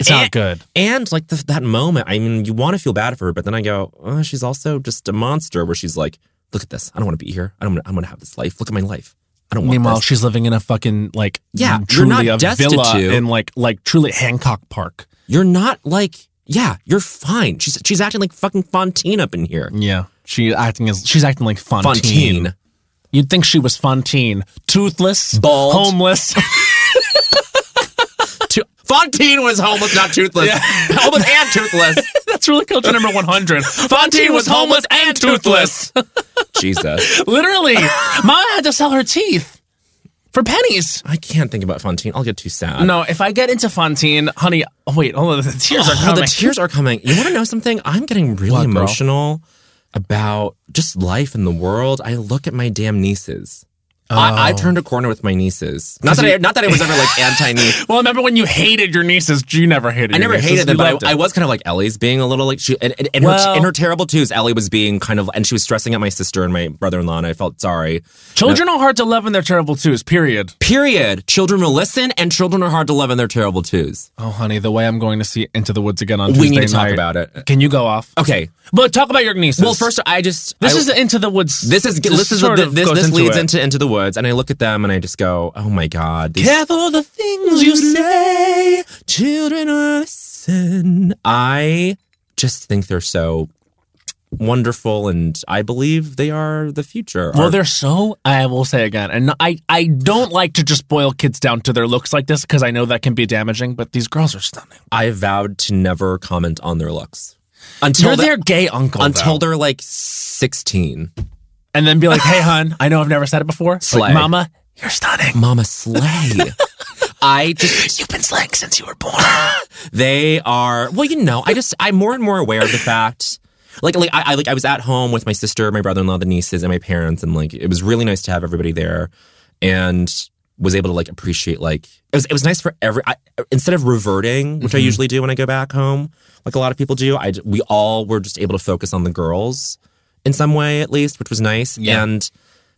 A: It's
D: Eh.
A: not good.
D: And like the, that moment, I mean, you want to feel bad for her, but then I go, oh, she's also just a monster. Where she's like, look at this. I don't want to be here. I don't. Wanna, I'm going to have this life. Look at my life. I don't want.
A: Meanwhile,
D: this.
A: she's living in a fucking like
D: Yeah, you're
A: truly
D: not
A: a villa
D: destitute.
A: in like like truly Hancock Park.
D: you're not like yeah, you're fine. She's she's acting like fucking Fontaine up in here.
H: Yeah. She acting as she's acting like Fontaine.
D: Fontaine.
H: You'd think she was Fontaine, toothless,
D: Bald. [laughs]
H: homeless.
D: To- Fontaine was homeless, not toothless. homeless and toothless.
H: That's really culture number one hundred. Fontaine was homeless and toothless.
D: Jesus,
H: [laughs] Literally, Mama had to sell her teeth for pennies.
D: [laughs] I can't think about Fontaine. I'll get too sad.
H: No, if I get into Fontaine, honey. Oh wait, oh the tears are
D: Oh,
H: coming.
D: the tears are coming. You want to know something? I'm getting really
H: What, girl?
D: emotional about just life in the world. I look at my damn nieces. I, I
H: Oh.
D: turned a corner with my nieces. Not that I, not that I was ever
H: [laughs]
D: like anti niece.
H: well, remember when you hated your nieces? You never hated.
D: I
H: your
D: never
H: nieces.
D: hated them,
H: You
D: but
H: loved
D: I, I
H: it.
D: was kind of like Ellie's being a little like she and, and, and her,
H: Well-
D: in her terrible twos. Ellie was being kind of and she was stressing out my sister and my brother in law, and I felt sorry.
H: Children are hard to love and they're terrible twos. Period.
D: Period. Children will listen, and children are hard to love, and they're terrible twos.
H: Oh, honey, the way I'm going to see Into the Woods again on
D: we
H: Tuesday
D: need to talk
H: night.
D: about it.
H: Can you go off?
D: Okay.
H: But talk about your nieces.
D: Well, first I just
H: this
D: I-
H: is the Into the Woods.
D: This is this is
H: sort
D: this
H: of
D: this,
H: goes
D: this
H: into
D: leads
H: it.
D: into into the woods, and I look at them and I just go, oh my god, Mm-hmm. these
H: Careful the things you say.
D: children will listen. I just think they're so wonderful, and I believe they are the future.
H: Well,
D: Our-
H: they're so. I will say again, and I I don't like to just boil kids down to their looks like this because I know that can be damaging. But these girls are stunning.
D: I vowed to never comment on their looks until
H: You're
D: they're
H: their gay uncle
D: until
H: though.
D: they're like sixteen.
H: and then be like, "Hey, hun, I know I've never said it before.
D: Slay.
H: Like, Mama,
D: [laughs]
H: you're stunning.
D: Mama
H: [laughs]
D: slay. I just
H: You've been slaying since you were born."
D: [laughs] They are well, you know. I just I'm more and more aware of the fact. Like like I, I like I was at home with my sister, my brother in law, the nieces, and my parents, and like it was really nice to have everybody there, and was able to like appreciate like it was it was nice for every I, instead of reverting, which I
H: Mm-hmm.
D: usually do when I go back home, like a lot of people do. I d- we all were just able to focus on the girls in some way at least, which was nice,
H: Yeah.
D: and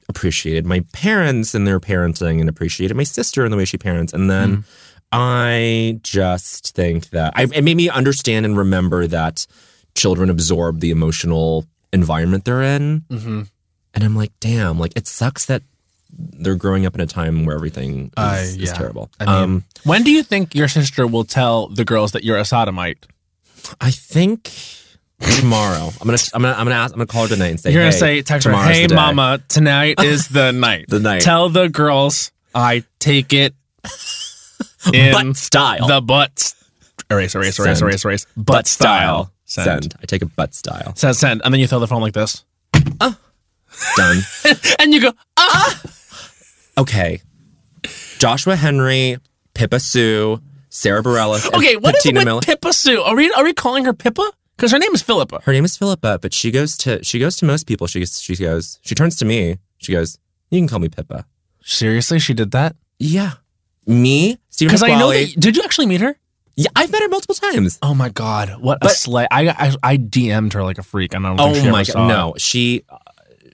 D: appreciated my parents and their parenting, and appreciated my sister and the way she parents, and then.
H: Mm-hmm.
D: I just think that I, it made me understand and remember that children absorb the emotional environment they're in.
H: mm-hmm.
D: And I'm like, damn, like it sucks that they're growing up in a time where everything is,
H: Uh,
D: is
H: yeah.
D: terrible.
H: I mean-
D: um,
H: When do you think your sister will tell the girls that you're a sodomite?
D: I think tomorrow I'm gonna I'm gonna I'm gonna ask, I'm gonna call her tonight and say
H: You're gonna
D: "Hey,
H: say text her,
D: tomorrow's
H: "Hey,
D: the day."
H: mama, [laughs] tonight is the night.
D: The night.
H: Tell the girls I take it
D: [laughs]
H: in
D: butt style
H: the butt. Erase, erase, erase,
D: Send.
H: erase, erase. Butt,
D: Send.
H: Send.
D: I take a butt style.
H: Send, send. And then you throw the phone like this, [laughs]
D: Done.
H: and you go, "Oh,
D: okay. Joshua Henry, Pippa Sue, Sarah Bareilles. and
H: "Okay, what is it
D: Patina
H: with
D: Miller-
H: Pippa Sue? Are we are we calling her Pippa? Because her name is Philippa."
D: her name is Philippa, but she goes to she goes to most people. She she goes she turns to me. She goes, "You can call me Pippa."
H: Seriously, she did that?
D: Yeah, me Stephen
H: Because I know that.
D: McQually-
H: Did you actually meet her?
D: yeah, I've met her multiple times.
H: Oh my god, what a
D: But-
H: slay! I, I I DM'd her like a freak, and I don't think she
D: Oh
H: ever
D: my
H: saw
D: god,
H: it.
D: no, she uh,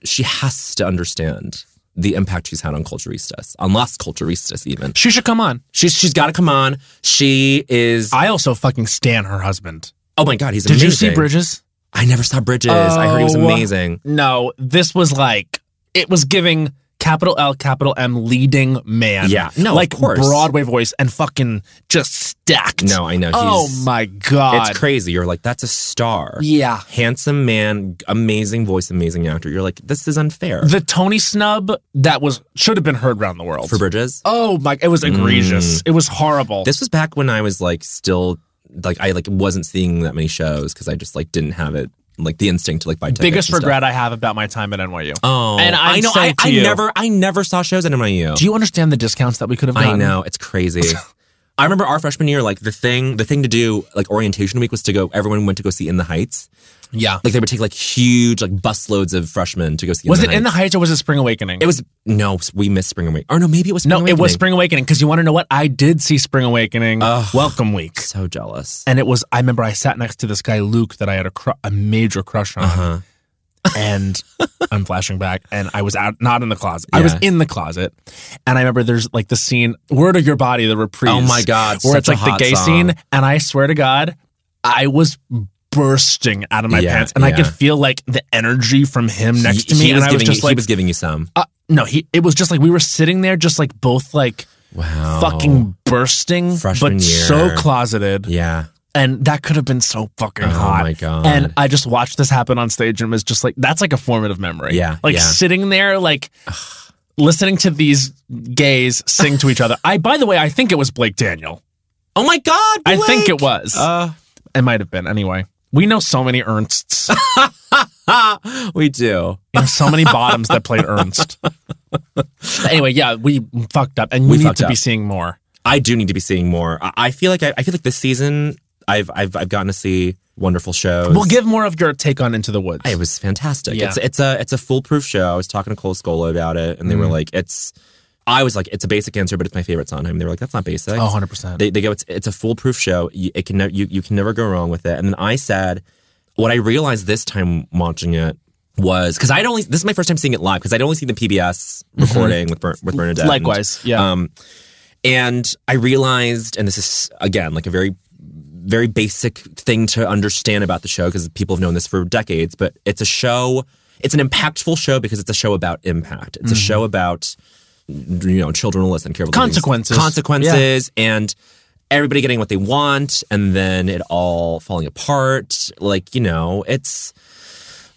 D: she has to understand the impact she's had on culturistas, on lost culturistas even.
H: She should come on.
D: She's she's got to come on. She is.
H: I also fucking stan her husband.
D: oh my god, he's
H: Did
D: amazing.
H: you see Bridges?
D: I never saw Bridges. I heard he was
H: Oh.
D: amazing.
H: No, this was like it was giving capital L capital M leading man.
D: Yeah. No, of
H: like
D: course.
H: Broadway voice and fucking just stacked.
D: No, I know. He's,
H: oh my god,
D: It's crazy. You're like, that's a star.
H: Yeah,
D: handsome man, amazing voice, amazing actor. You're like, this is unfair.
H: the Tony snub that was should have been heard around the world.
D: for Bridges.
H: oh my, it was egregious. It was horrible.
D: This was back when I was like still like I like wasn't seeing that many shows because I just like didn't have it like the instinct to like buy tickets.
H: biggest
D: and stuff.
H: regret I have about my time at NYU.
D: Oh,
H: And I'm
D: I know I,
H: saying to
D: I
H: you-
D: never I never saw shows at NYU.
H: Do you understand the discounts that we could have gotten?
D: I know it's crazy.
H: [laughs]
D: I remember our freshman year, like the thing, the thing to do, like orientation week was to go. Everyone went to go see In the Heights.
H: Yeah.
D: Like they would take like huge, like busloads of freshmen to go see.
H: Was
D: in
H: it
D: the
H: in the
D: Heights.
H: Heights or was it Spring Awakening?
D: It was no, we missed spring awakening. Or no, maybe it was. Spring
H: no, it was
D: Awakening.
H: Spring Awakening because you want to know what I did see Spring Awakening
D: Ugh.
H: Welcome Week,
D: So jealous.
H: and it was I remember I sat next to this guy Luke that I had a, cru- a major crush on,
D: Uh-huh. [laughs]
H: and I'm flashing back, and I was out not in the closet, I was
D: Yeah.
H: in the closet, and I remember there's like the scene Word of Your Body, the reprise.
D: Oh my God,
H: where it's
D: such a
H: like the
D: hot
H: gay
D: song.
H: scene, and I swear to God, I was. Bursting out of my
D: Yeah,
H: pants, and I could
D: yeah.
H: feel like the energy from him next to
D: He-
H: me,
D: he
H: and
D: was
H: I was
D: giving
H: just
D: you,
H: like,
D: he was giving you some.
H: uh, no, he. It was just like we were sitting there, just like both like
D: Wow.
H: fucking bursting,
D: Oh. Freshman
H: but
D: year.
H: so closeted.
D: Yeah.
A: and that could have been so fucking
D: Oh
A: hot.
D: my God.
A: And I just watched this happen on stage and was just like, that's like a formative memory.
D: Yeah,
A: Like
D: yeah.
A: sitting there, like listening to these gays sing to each
D: [laughs]
A: other. I, by the way, I think it was Blake Daniel.
D: Oh my God.
A: I think it
D: Blake! Uh.
A: was. it might have been. Anyway, we know so many Ernsts.
D: Uh, [laughs] we do.
A: You know, so many bottoms that played
D: [laughs]
A: Ernst. But anyway, yeah, we fucked up, and we,
D: We
A: need
D: fucked
A: to be
D: up.
A: seeing more.
D: I do need to be seeing more. I, I feel like I, I feel like this season I've I've I've gotten to see wonderful shows.
A: We'll give more of your take on Into the Woods.
D: It was fantastic.
A: Yeah.
D: It's it's a it's a foolproof show. I was talking to Cole Scola about it, and they
A: Mm.
D: were like, "It's." I was like, "It's a basic answer, but it's my favorite Sondheim." They were like, "That's not basic."
A: Oh, 100%.
D: They, they go, "It's it's a foolproof show. You, it can ne- you you can never go wrong with it." And then I said, "What I realized this time watching it." Was because I'd only this is my first time seeing it live because I'd only seen the PBS recording with Bern, with Bernadette. and-
A: Mm-hmm. Likewise, yeah.
D: Um, and I realized, and this is again like a very very basic thing to understand about the show because people have known this for decades, but it's a show, it's an impactful show because it's a show about impact. It's a show about, you know, children will listen carefully.
A: Consequences.
D: Consequences and everybody getting what they want and then it all falling apart. Like, you know, it's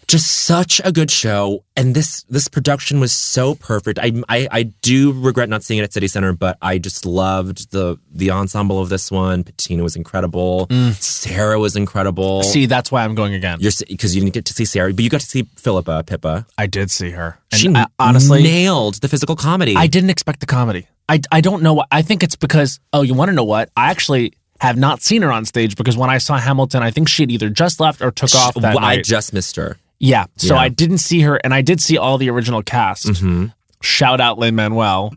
D: just such a good show and this this production was so perfect I, I i do regret not seeing it at city center but i just loved the the ensemble of this one patina was incredible sarah was incredible
A: Mm. see, that's why I'm going again.
D: you're because you didn't get to see sarah but you got to see philippa pippa
A: I did see her. And
D: she
A: I- honestly,
D: nailed the physical comedy
A: I didn't expect the comedy. I, I don't know. What, I think it's because, oh, you want to know what? I actually have not seen her on stage because when I saw Hamilton, I think she had either just left or took
D: She-
A: off that
D: well, i
A: night.
D: just missed her
A: yeah. So
D: Yeah.
A: I didn't see her, and I did see all the original cast. Shout out Lin Manuel.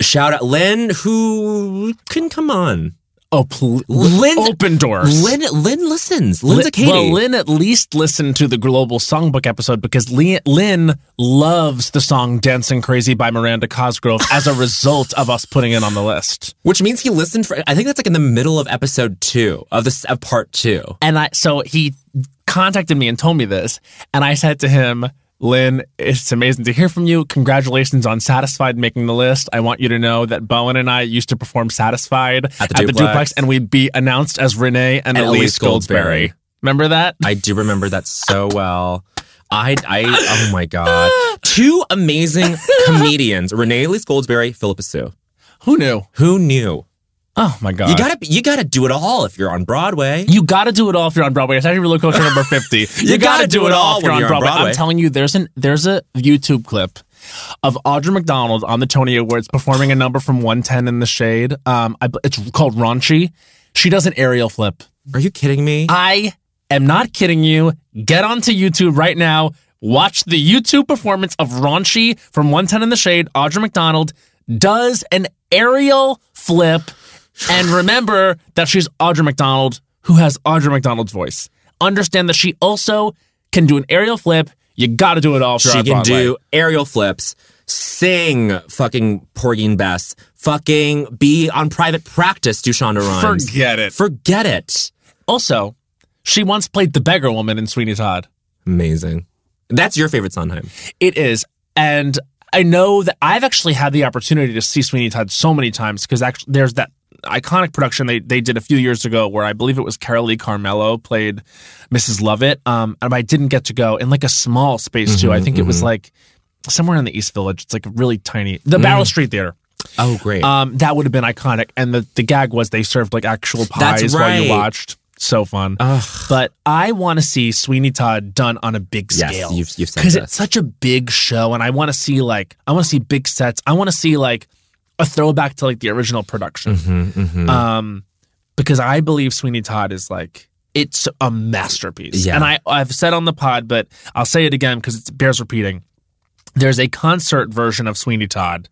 D: shout out lynn who couldn't come on
A: Oh, pl-
D: Lin-
A: open doors.
D: lynn lynn listens lynn's
A: Lin-
D: a katie
A: Well, Lynn at least listened to the Global Songbook episode because Lin, Lynn loves the song Dancing Crazy by Miranda Cosgrove as a result of us putting it on the list.
D: Which means he listened for. I think that's like in the middle of episode two of this of part two.
A: And I so he contacted me and told me this, and I said to him, Lynn, it's amazing to hear from you. Congratulations on Satisfied making the list. I want you to know that Bowen and I used to perform Satisfied
D: At the Duplex.
A: and we'd be announced as Renee and,
D: And
A: Elise,
D: Elise
A: Goldsberry.
D: Goldsberry.
A: Remember that?
D: I do remember that so well. I, I, oh my God. Two
A: [laughs]
D: amazing comedians, Renee Elise Goldsberry, Philippa Sue.
A: Who knew?
D: Who knew?
A: Oh my god!
D: You gotta, you gotta do it all if you're on Broadway.
A: You got to do it all if you're on Broadway. It's actually really culture number 50.
D: [laughs]
A: you
D: gotta
A: gotta
D: do it all when you're on Broadway.
A: I'm telling you, there's an there's a YouTube clip of Audra McDonald on the Tony Awards performing a number from 110 in the Shade. Um, I, it's called Raunchy. She does an aerial flip.
D: Are you kidding me?
A: I am not kidding you. Get onto YouTube right now. Watch the YouTube performance of Raunchy from 110 in the Shade. Audra McDonald does an aerial flip. And remember that she's Audra McDonald, who has Audra McDonald's voice. Understand that she also can do an aerial flip. You got to do it all.
D: she
A: throughout
D: can
A: Broadway.
D: do aerial flips, sing fucking Porgy and Bess, fucking be on private practice, do Shonda Rhimes.
A: Forget it.
D: Forget it.
A: Also, she once played the beggar woman in Sweeney Todd.
D: Amazing. That's your favorite Sondheim.
A: It is. And I know that I've actually had the opportunity to see Sweeney Todd so many times because actually there's that iconic production they, they did a few years ago where I believe it was Carol Lee Carmelo played Mrs. Lovett. Um, and I didn't get to go in like a small space too. I think it was like somewhere in the East Village. It's like really tiny. The Barrel Street Theater.
D: Oh, great.
A: Um, that would have been iconic. And the, the gag was they served like actual pies
D: That's
A: while you
D: right.
A: watched. So fun. But I want to see Sweeney Todd done on a big
D: Yes,
A: scale.
D: you've- you've said
A: Because
D: this.
A: it's such a big show and I want to see like, I want to see big sets. I want to see like a throwback to like the original production. Um, because I believe Sweeney Todd is like, it's a masterpiece.
D: Yeah.
A: And I, I've said on the pod, but I'll say it again because it bears repeating there's a concert version of Sweeney Todd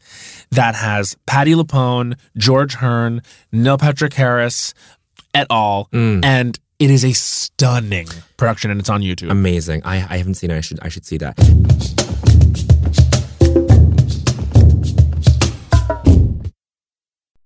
A: that has Patti LuPone, George Hearn, Neil Patrick Harris, et al. And it is a stunning production, and it's on YouTube.
D: Amazing. I, I haven't seen it. I should I should see that.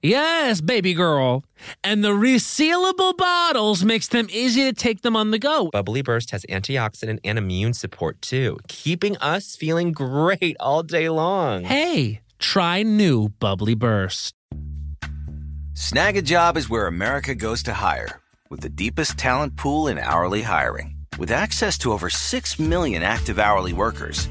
I: Yes, baby girl. And the resealable bottles makes them easy to take them on the go.
D: Bubbly Burst has antioxidant and immune support too, keeping us feeling great all day long.
I: Hey, try new Bubbly Burst.
G: Snag a job is where America goes to hire, with the deepest talent pool in hourly hiring. With access to over 6 million active hourly workers,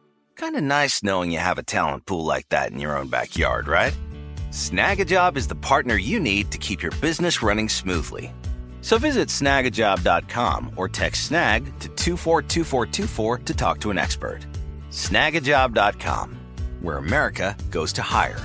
G: Kind of nice knowing you have a talent pool like that in your own backyard, right? Snagajob is the partner you need to keep your business running smoothly. So visit snagajob.com or text snag to 242424 to talk to an expert. Snagajob.com, where America goes to hire.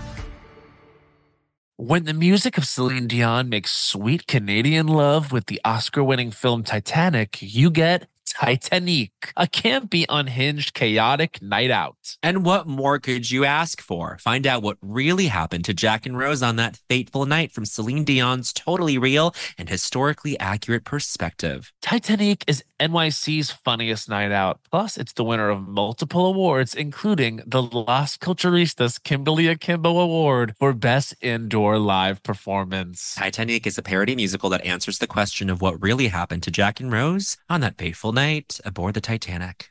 H: When the music of Celine Dion makes sweet Canadian love with the Oscar winning film Titanic, you get Titanic, a campy, unhinged, chaotic night out.
D: And what more could you ask for? Find out what really happened to Jack and Rose on that fateful night from Celine Dion's totally real and historically accurate perspective.
H: Titanic is NYC's funniest night out. Plus, it's the winner of multiple awards, including the Las Culturistas Kimberly Akimbo Award for Best Indoor Live Performance.
D: Titanic is a parody musical that answers the question of what really happened to Jack and Rose on that fateful night aboard the Titanic.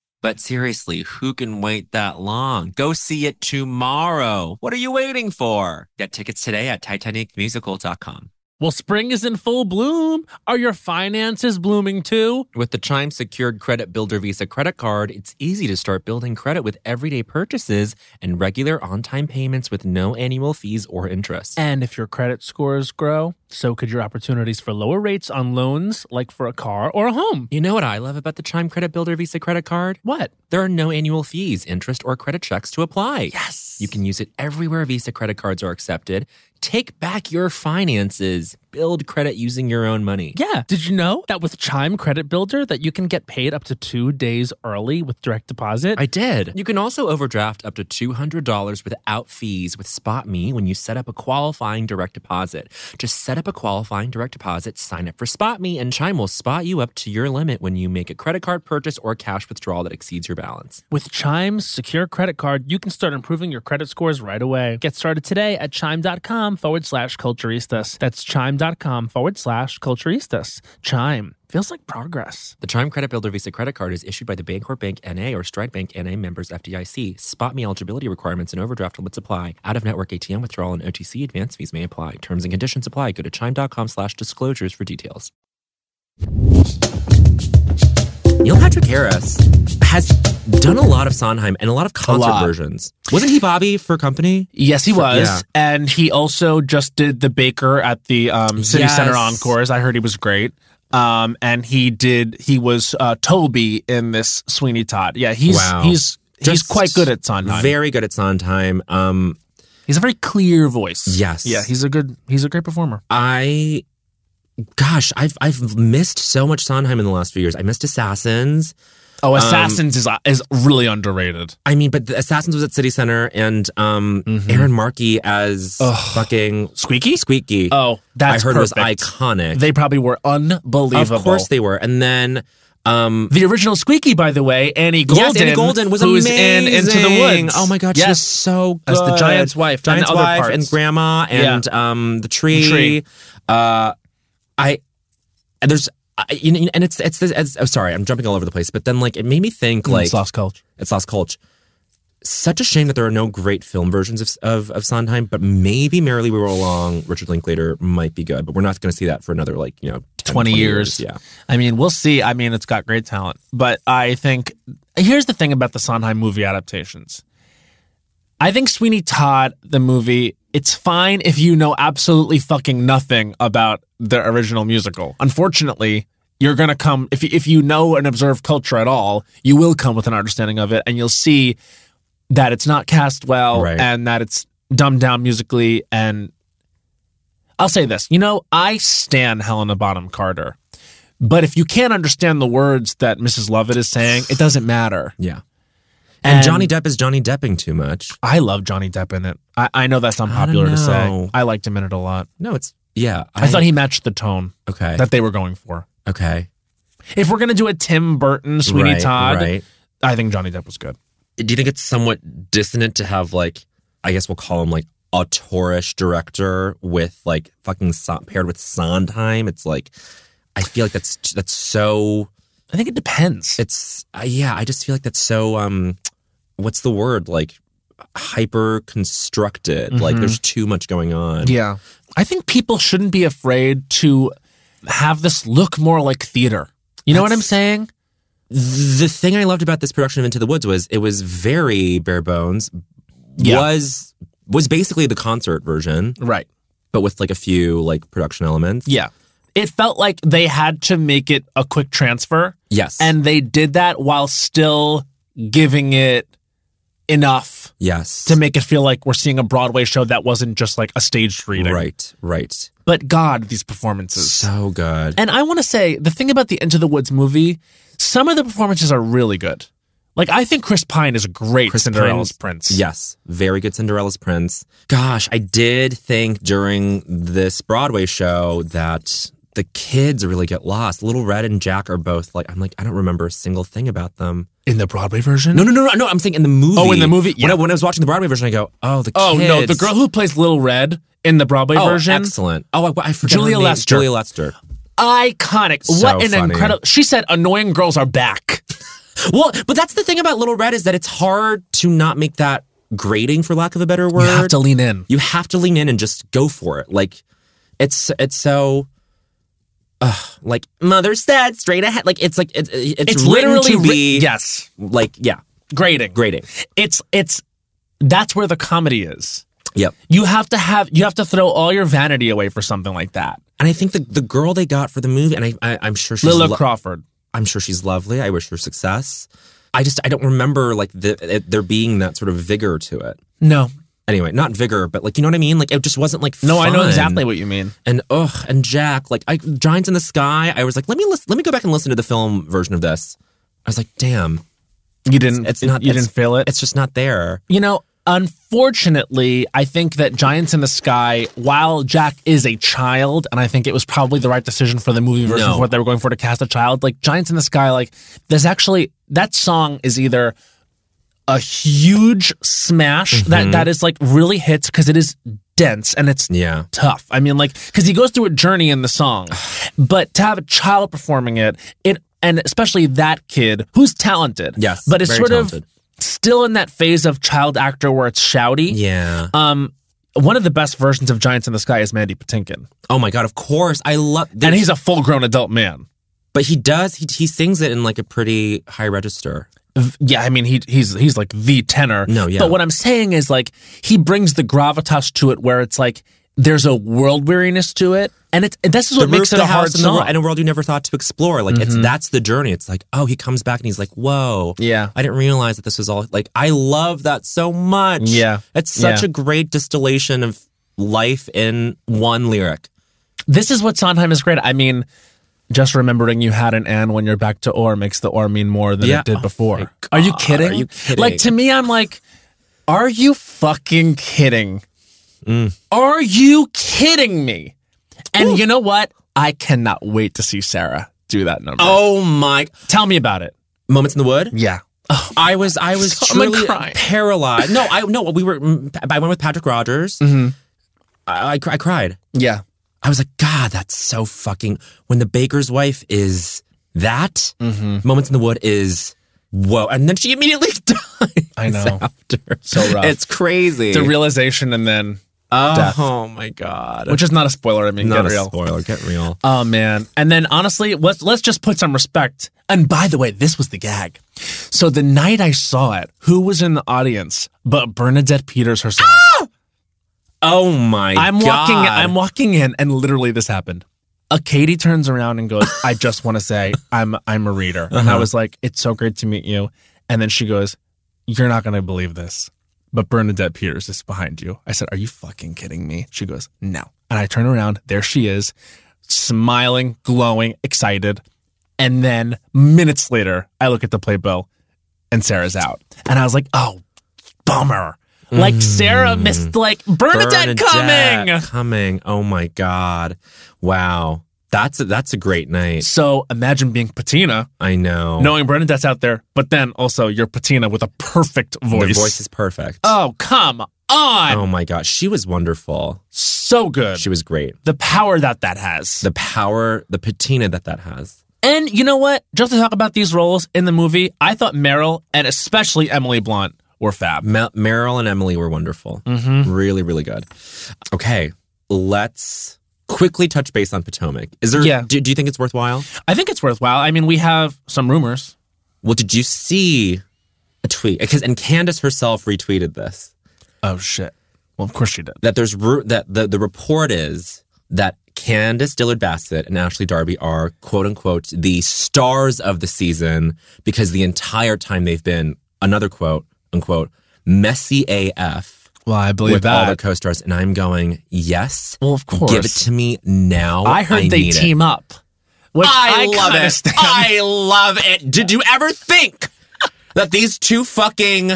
D: But seriously, who can wait that long? Go see it tomorrow. What are you waiting for? Get tickets today at TitanicMusical.com.
I: Well, spring is in full bloom. Are your finances blooming too?
D: With the Chime Secured Credit Builder Visa credit card, it's easy to start building credit with everyday purchases and regular on time payments with no annual fees or interest.
I: And if your credit scores grow, so could your opportunities for lower rates on loans, like for a car or a home.
D: You know what I love about the Chime Credit Builder Visa credit card?
I: What?
D: There are no annual fees, interest, or credit checks to apply.
I: Yes.
D: You can use it everywhere Visa credit cards are accepted. Take back your finances. Build credit using your own money.
I: Yeah. Did you know that with Chime Credit Builder that you can get paid up to 2 days early with direct deposit?
D: I did. You can also overdraft up to $200 without fees with SpotMe when you set up a qualifying direct deposit. Just set up a qualifying direct deposit, sign up for SpotMe, and Chime will spot you up to your limit when you make a credit card purchase or cash withdrawal that exceeds your balance.
I: With Chime's secure credit card, you can start improving your credit scores right away. Get started today at chime.com forward slash culturistas. That's chime.com forward slash culturistas. Chime feels like progress.
D: The Chime Credit Builder Visa credit card is issued by the Bancorp Bank NA or Stride Bank NA members FDIC. Spot me eligibility requirements and overdraft limits apply. Out of network ATM withdrawal and OTC advance fees may apply. Terms and conditions apply. Go to chime.com slash disclosures for details. Neil Patrick Harris has done a lot of Sondheim and a lot of concert
A: lot.
D: versions. Wasn't he Bobby for Company?
A: Yes, he was,
D: yeah.
A: and he also just did the baker at the um, City
D: Yes.
A: Center Encores. I heard he was great. Um, and he did. He was uh, Toby in this Sweeney Todd. Yeah, he's
D: Wow.
A: he's he's
D: Just
A: quite good at Sondheim.
D: Very good at Sondheim. Um,
A: he's a very clear voice.
D: Yes.
A: yeah, he's a good he's a great performer.
D: I, gosh, I've I've missed so much Sondheim in the last few years. I missed Assassins. Um,
A: Oh, Assassins is is really underrated.
D: I mean, but the Assassins was at City Center, and um, Aaron Markey as
A: Mm-hmm. Ugh.
D: fucking
A: Squeaky.
D: Squeaky.
A: Oh, that's
D: I heard
A: perfect.
D: was iconic.
A: They probably were unbelievable.
D: Of course they were. And then um
A: The original Squeaky, by the way, Annie Golden.
D: yes, Annie Golden was
A: who was
D: amazing.
A: in Into the Woods.
D: Oh my god,
A: yes.
D: she was so good.
A: As the giant's wife,
D: Giant's
A: and other
D: wife
A: parts.
D: and grandma and um the tree.
A: The tree.
D: Uh I and there's I, you know, and it's
A: Mm,
D: it's, it's oh sorry, I'm jumping all over the place, but then like it made me think like
A: It's lost culture.
D: it's Lost Culture. Such a shame that there are no great film versions of, of, of Sondheim, but maybe Merrily We Roll Along, Richard Linklater might be good, but we're not going to see that for another, like, you know, 10,
A: 20 years.
D: Yeah.
A: I mean, we'll see. I mean, it's got great talent, but I think here's the thing about the Sondheim movie adaptations. I think Sweeney Todd, the movie, it's fine if you know absolutely fucking nothing about the original musical. Unfortunately, you're going to come, if, you- if you know and observe culture at all, you will come with an understanding of it and you'll see that it's not cast well
D: Right.
A: and that it's dumbed down musically. And I'll say this you know, I stan Helena Bonham Carter, but if you can't understand the words that Mrs. Lovett is saying, it doesn't matter.
D: Yeah. And, Johnny Depp is Johnny Depping too much.
A: I love Johnny Depp in it. I, I know that's unpopular to say.
D: know.
A: I liked him in it a lot.
D: No, it's, yeah.
A: I, thought he matched the tone
D: okay.
A: that they were going for.
D: okay.
A: If we're gonna do a Tim Burton Sweeney
D: Right,
A: Todd,
D: Right.
A: I think Johnny Depp was good.
D: do you think it's somewhat dissonant to have like I guess we'll call him like auteurish director with like fucking Son- paired with Sondheim? It's like I feel like that's that's so
A: I think it depends.
D: it's uh, yeah I just feel like that's so um what's the word like hyper constructed like there's too much going on
A: Mm-hmm. yeah, I think people shouldn't be afraid to have this look more like theater. You know what I'm saying?
D: the thing I loved about this production of Into the Woods was it was very bare bones
A: Yeah.
D: was was basically the concert version
A: Right.
D: but with like a few like production elements
A: Yeah. It felt like they had to make it a quick transfer,
D: yes
A: and they did that while still giving it enough
D: yes
A: to make it feel like we're seeing a Broadway show that wasn't just like a staged reading.
D: Right, right.
A: But God, these performances.
D: So good.
A: and I want to say the thing about the Into the Woods movie, some of the performances are really good. Like I think Chris Pine is a great
D: Chris
A: Cinderella's
D: Pine's-
A: prince.
D: Yes, very good Cinderella's Prince. Gosh, I did think during this Broadway show that the kids really get lost. Little Red and Jack are both like, I'm like, I don't remember a single thing about them.
A: In the Broadway version?
D: No, no, no, no, no. I'm saying in the movie.
A: Oh, in the movie,
D: When, I,
A: yeah.
D: when I was watching the Broadway version, I go, oh, the
A: Oh
D: kids.
A: no, the girl who plays Little Red in the Broadway
D: oh,
A: version.
D: excellent. Oh, I, I forget
A: Julia
D: her name.
A: Lester.
D: Julia Lester.
A: Iconic.
D: So
A: what an
D: funny.
A: incredible She said annoying girls are back.
D: Well, but that's the thing about Little Red is that it's hard to not make that grating, for lack of a better word.
A: You have to lean in.
D: you have to lean in and just go for it. Like it's it's so ugh, like mother said straight ahead. Like it's like it, it- it's,
A: It's
D: written
A: literally
D: to be
A: ri- yes.
D: like yeah
A: Grading.
D: grading.
A: It's it's that's where the comedy is.
D: Yep.
A: You have to have you have to throw all your vanity away for something like that.
D: And I think the the girl they got for the movie, and I, I I'm sure she's
A: Lila
D: lo-
A: Crawford.
D: I'm sure she's lovely. I wish her success. I just I don't remember like the, it, there being that sort of vigor to it.
A: No.
D: Anyway, not vigor, but like you know what I mean. Like it just wasn't like
A: No, I know
D: fun.
A: exactly what you mean.
D: and ugh, and Jack, like I, Giants in the Sky. I was like, let me listen, let me go back and listen to the film version of this. I was like, damn,
A: You didn't
D: It's not-
A: you
D: it's-
A: didn't feel it.
D: it's just not there.
A: you know, unfortunately, I think that Giants in the Sky, while Jack is a child, and I think it was probably the right decision for the movie version
D: No.
A: of what they were going for to cast a child, like Giants in the Sky, like there's actually that song is either a huge smash
D: Mm-hmm.
A: that that is like really hits because it is dense and it's
D: Yeah,
A: tough. I mean, like, because he goes through a journey in the
D: [sighs]
A: song, but to have a child performing it, it, and especially that kid who's talented,
D: Yes,
A: but it's
D: very
A: sort
D: talented.
A: of still in that phase of child actor where it's shouty.
D: yeah. Uh,
A: Um, one of the best versions of Giants in the Sky is Mandy Patinkin,
D: oh my god, of course, I love.
A: and he's a full-grown adult man.
D: but he does he he sings it in like a pretty high register.
A: V- Yeah, I mean he he's he's like the tenor.
D: No, yeah.
A: But what I'm saying is like he brings the gravitas to it, where it's like there's a world weariness to it, and it's and this is what
D: the
A: makes
D: roof
A: it a
D: of the
A: hard
D: house in
A: song.
D: the
A: Mm-hmm.
D: world- and a world you never thought to explore. Like it's that's the journey. It's like oh, he comes back and he's like, whoa,
A: Yeah.
D: I didn't realize that this was all like I love that so much.
A: Yeah.
D: it's such
A: Yeah.
D: a great distillation of life in one lyric.
A: this is what Sondheim is great. at. I mean, just remembering you had an and when you're back to or makes the or mean more than
D: Yeah.
A: it did
D: Oh
A: before.
D: my
A: Are you
D: God,
A: kidding?
D: are you kidding?
A: Like to me, I'm like, are you fucking kidding?
D: Mm.
A: Are you kidding me? And you know what? I cannot wait to see Sarah do that number.
D: Oh my!
A: tell me about it.
D: Moments in
A: [laughs]
D: the wood.
A: Yeah.
D: I was I was
A: So- I'm
D: truly
A: crying.
D: paralyzed. No, I no. We were. mm, I went with Patrick Rogers.
A: Mhm.
D: I, I cr- I cried.
A: Yeah.
D: I was like, God, that's so
A: Mm-hmm.
D: fucking. When the baker's wife is that, moments in the wood is whoa. And then she immediately [laughs] dies
A: I know.
D: after.
A: So rough.
D: [laughs] It's crazy.
A: the realization and then
D: oh,
A: death.
D: my God.
A: which is not a spoiler, I mean,
D: not
A: get
D: a
A: real.
D: spoiler. Get real.
A: Oh man. And then honestly, let's let's just put some respect. And by the way, this was the gag. So the night I saw it, who was in the audience but Bernadette Peters herself?
D: Oh [gasps] my
A: I'm
D: God.
A: walking I'm walking in and literally this happened. A Katie turns around and goes, I just want to say I'm I'm a reader. And
D: Uh-huh.
A: I was like, It's so great to meet you. And then she goes, You're not gonna believe this. But Bernadette Peters is behind you. I said, Are you fucking kidding me? She goes, No. And I turn around, there she is, smiling, glowing, excited. And then minutes later, I look at the playbill and Sarah's out. And I was like, Oh, bummer.
D: Hmm.
A: Like Sarah missed like Bernadette coming.
D: Coming. Oh my God. Wow. That's a, that's a great night.
A: So imagine being Patina,
D: I know.
A: knowing Bernadette's out there, but then also you're Patina with a perfect voice.
D: The voice is perfect.
A: oh, come on.
D: Oh my God. She was wonderful.
A: So good.
D: She was great.
A: the power that that has.
D: The power, the patina that that has.
A: and you know what? Just to talk about these roles in the movie, I thought Meryl and especially Emily Blunt were fab.
D: Ma- Meryl and Emily were wonderful.
A: Mm-hmm.
D: Really, really good. Okay. Let's quickly touch base on Potomac. Is there,
A: Yeah.
D: do, do you think it's worthwhile?
A: I think it's worthwhile. I mean, we have some rumors.
D: Well, did you see a tweet? Because, and Candace herself retweeted this.
A: Oh, shit. Well, of course she did.
D: that there's ru- that the, the report is that Candace Dillard Bassett and Ashley Darby are quote unquote the stars of the season because the entire time they've been another quote unquote messy AF
A: Well, I believe
D: with all
A: that.
D: their co-stars, and I'm going yes,
A: well, of course.
D: give it to me now.
A: I heard they
D: need it.
A: team up. Which
D: I, love
A: kinda
D: it.
A: [laughs] stand-
D: I love it. Did you ever think that these two fucking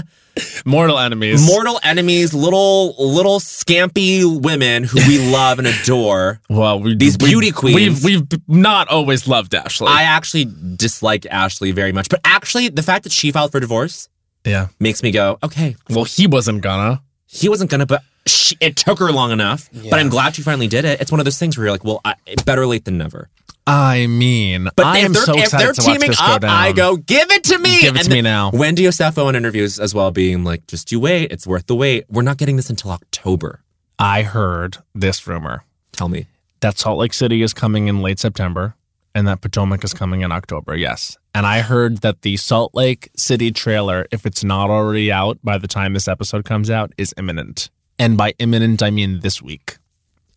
A: Mortal enemies.
D: mortal enemies, little little scampy women who
A: [laughs]
D: we love and adore.
A: Well, we,
D: These
A: we-
D: beauty queens.
A: We've we've not always loved Ashley.
D: I actually dislike Ashley very much, but actually, the fact that she filed for divorce
A: yeah.
D: makes me go, okay,
A: Well, he wasn't gonna.
D: he wasn't gonna, but she, it took her long enough. But I'm glad she finally did it. It's one of those things where you're like, well, I, better late than never.
A: I mean,
D: But
A: I
D: if
A: am
D: they're,
A: so
D: if
A: excited
D: they're
A: to watch
D: teaming
A: this go
D: up,
A: down.
D: I go, give it to me.
A: Give it to me now.
D: Wendy Osefo in interviews as well, being like, just you wait, it's worth the wait. We're not getting this until October.
A: I heard this rumor
D: Tell me.
A: that Salt Lake City is coming in late September, and that Potomac is coming in October. Yes, and I heard that the Salt Lake City trailer, if it's not already out by the time this episode comes out, is imminent. And by imminent, I mean this week.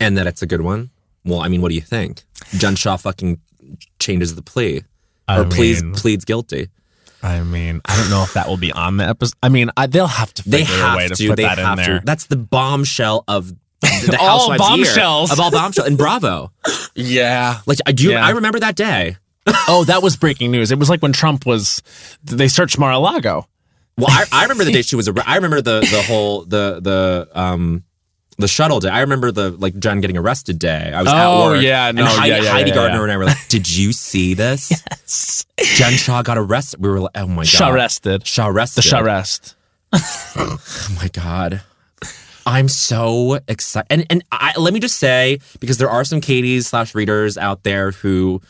D: And that it's a good one. Well, I mean, what do you think? John Shaw fucking changes the plea.
A: I
D: or please
A: mean-
D: pleads guilty.
A: I mean, I don't know if that will be on the episode. I mean, I, they'll have to
D: They
A: figure a way
D: have
A: to,
D: to.
A: put
D: they
A: that
D: have
A: in there.
D: to. That's the bombshell
A: [laughs]
D: of the
A: All
D: Housewives year.
A: bombshells.
D: of all bombshell and Bravo.
A: [laughs] Yeah.
D: Like I do.
A: Yeah.
D: I remember that day.
A: Oh, that was breaking news. It was like when Trump was. They searched Mar-a-Lago.
D: Well, I, I remember the day she was. arre- I remember the the whole the the um the shuttle day. I remember the like John getting arrested day. I was at
A: Oh,
D: work.
A: yeah, no,
D: and Heidi,
A: yeah, yeah,
D: Heidi
A: yeah,
D: Gardner
A: yeah.
D: and I were like, "Did you
A: [laughs]
D: see this? yes. Jen Shaw got arrested. We were like, "Oh my god,
A: Charrested.
D: Shaw
A: The
D: arrested.
A: Charest.
D: Oh my god. I'm so excited, and and I, let me just say because there are some Katie's slash readers out there who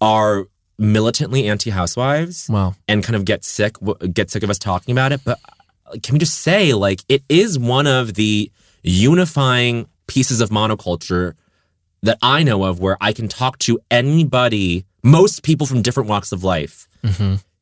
D: are militantly anti housewives
A: Wow.
D: and kind of get sick w- get sick of us talking about it. But uh, can we just say like it is one of the unifying pieces of monoculture that I know of where I can talk to anybody, most people from different walks of life.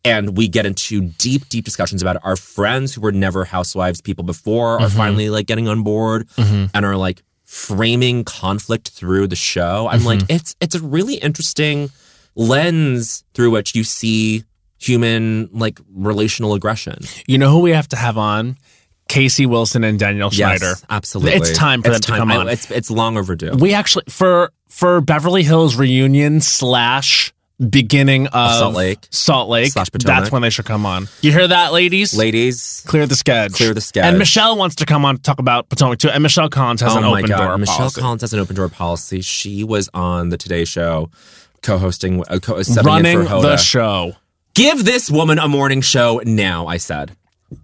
D: And we get into deep, deep discussions about it. Our friends who were never housewives people before are finally like getting on board and are like framing conflict through the show. I'm like, it's it's a really interesting lens through which you see human like relational aggression.
A: You know who we have to have on? Casey Wilson and Danielle Schneider.
D: Yes, absolutely.
A: It's time for
D: it's
A: them to come
D: I-
A: on.
D: It's it's long overdue.
A: We actually for for Beverly Hills reunion slash beginning of,
D: Salt Lake.
A: Salt Lake.
D: Slash Potomac.
A: that's when they should come on. You hear that, ladies?
D: Ladies,
A: Clear the sketch.
D: Clear the sketch.
A: And Michelle wants to come on to talk about Potomac too. And Michelle Collins has an
D: oh my
A: open
D: God.
A: door
D: Michelle
A: policy.
D: Collins has an open door policy. She was on the Today Show, co-hosting, uh, co- subbing in
A: running
D: for Hoda.
A: the show.
D: Give this woman a morning show now. I said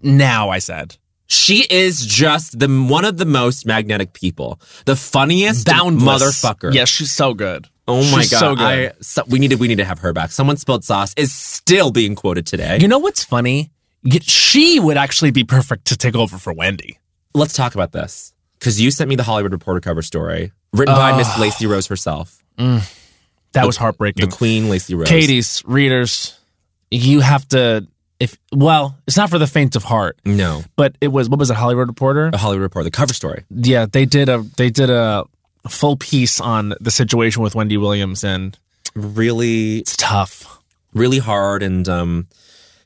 A: Now I said.
D: she is just the one of the most magnetic people, the funniest
A: Boundless.
D: motherfucker.
A: Yeah, she's so good.
D: Oh my
A: She's
D: god!
A: so good.
D: I- so- we need to we need to have her back. Someone spilled sauce is still being quoted today.
A: You know what's funny? Y- She would actually be perfect to take over for Wendy.
D: Let's talk about this because you sent me the Hollywood Reporter cover story written by
A: Oh.
D: Miss Lacey Rose herself,
A: That
D: The-
A: was heartbreaking.
D: the Queen Lacey Rose.
A: Katie's readers, you have to if well, it's not for the faint of heart,
D: no,
A: but it was what was it, Hollywood Reporter?
D: the Hollywood Reporter, the cover story.
A: Yeah, they did a they did a full piece on the situation with Wendy Williams and
D: Really,
A: it's tough.
D: really hard, and um,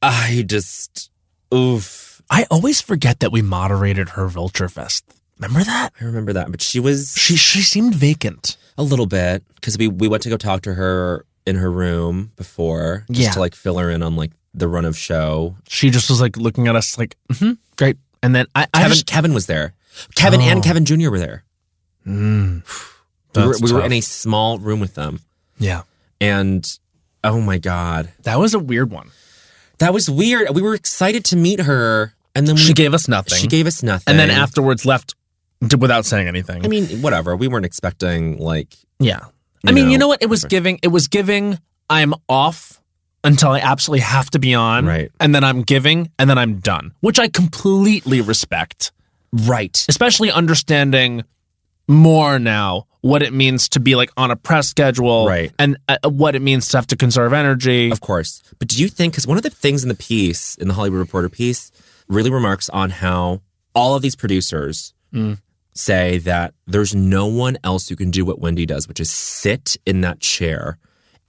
D: I just oof.
A: I always forget that we moderated her Vulture Fest. Remember that?
D: I remember that, but she was
A: She she seemed vacant.
D: a little bit because we we went to go talk to her in her room before just
A: Yeah.
D: to like fill her in on like the run of show.
A: She just was like looking at us like, mm-hmm, great. And then I, I
D: Kevin
A: just-
D: Kevin was there. Kevin and
A: Oh.
D: Kevin Jr. were there.
A: Mm.
D: We, were,
A: That's
D: we were
A: tough.
D: in a small room with them,
A: yeah.
D: and oh my god,
A: That was a weird one.
D: that was weird. We were excited to meet her, and then we,
A: She gave us nothing.
D: she gave us nothing.
A: and then afterwards left d- without saying anything.
D: I mean, whatever. We weren't expecting like.
A: yeah. I
D: You
A: mean,
D: know,
A: you know what? It was
D: whatever.
A: giving. It was giving. I'm off until I absolutely have to be on,
D: Right.
A: And then I'm giving, and then I'm done, which I completely respect.
D: Right.
A: Especially understanding more now what it means to be like on a press schedule,
D: Right.
A: And uh, what it means to have to conserve energy.
D: Of course. But do you think, because one of the things in the piece, in the Hollywood Reporter piece, really remarks on how all of these producers
A: Mm.
D: say that there's no one else who can do what Wendy does, which is sit in that chair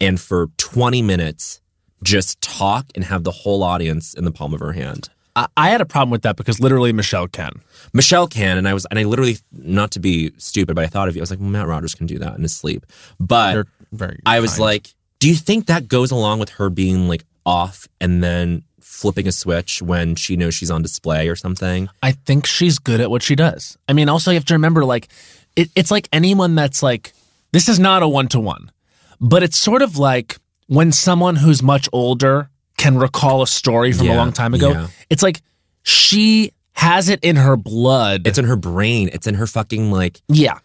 D: and for 20 minutes just talk and have the whole audience in the palm of her hand.
A: I, I had a problem with that because literally Michelle can.
D: Michelle can, and I was, and I literally, not to be stupid, but I thought of you. I was like, well, Matt Rogers can do that in his sleep. But
A: They're very.
D: I was
A: kind.
D: like, do you think that goes along with her being like off and then flipping a switch when she knows she's on display or something?
A: I think she's good at what she does. I mean, also you have to remember, like, it, it's like anyone that's like, this is not a one to one, but it's sort of like when someone who's much older can recall a story from a
D: Yeah,
A: long time ago.
D: yeah.
A: It's like she has it in her blood.
D: It's in her brain. It's in her fucking like
A: yeah,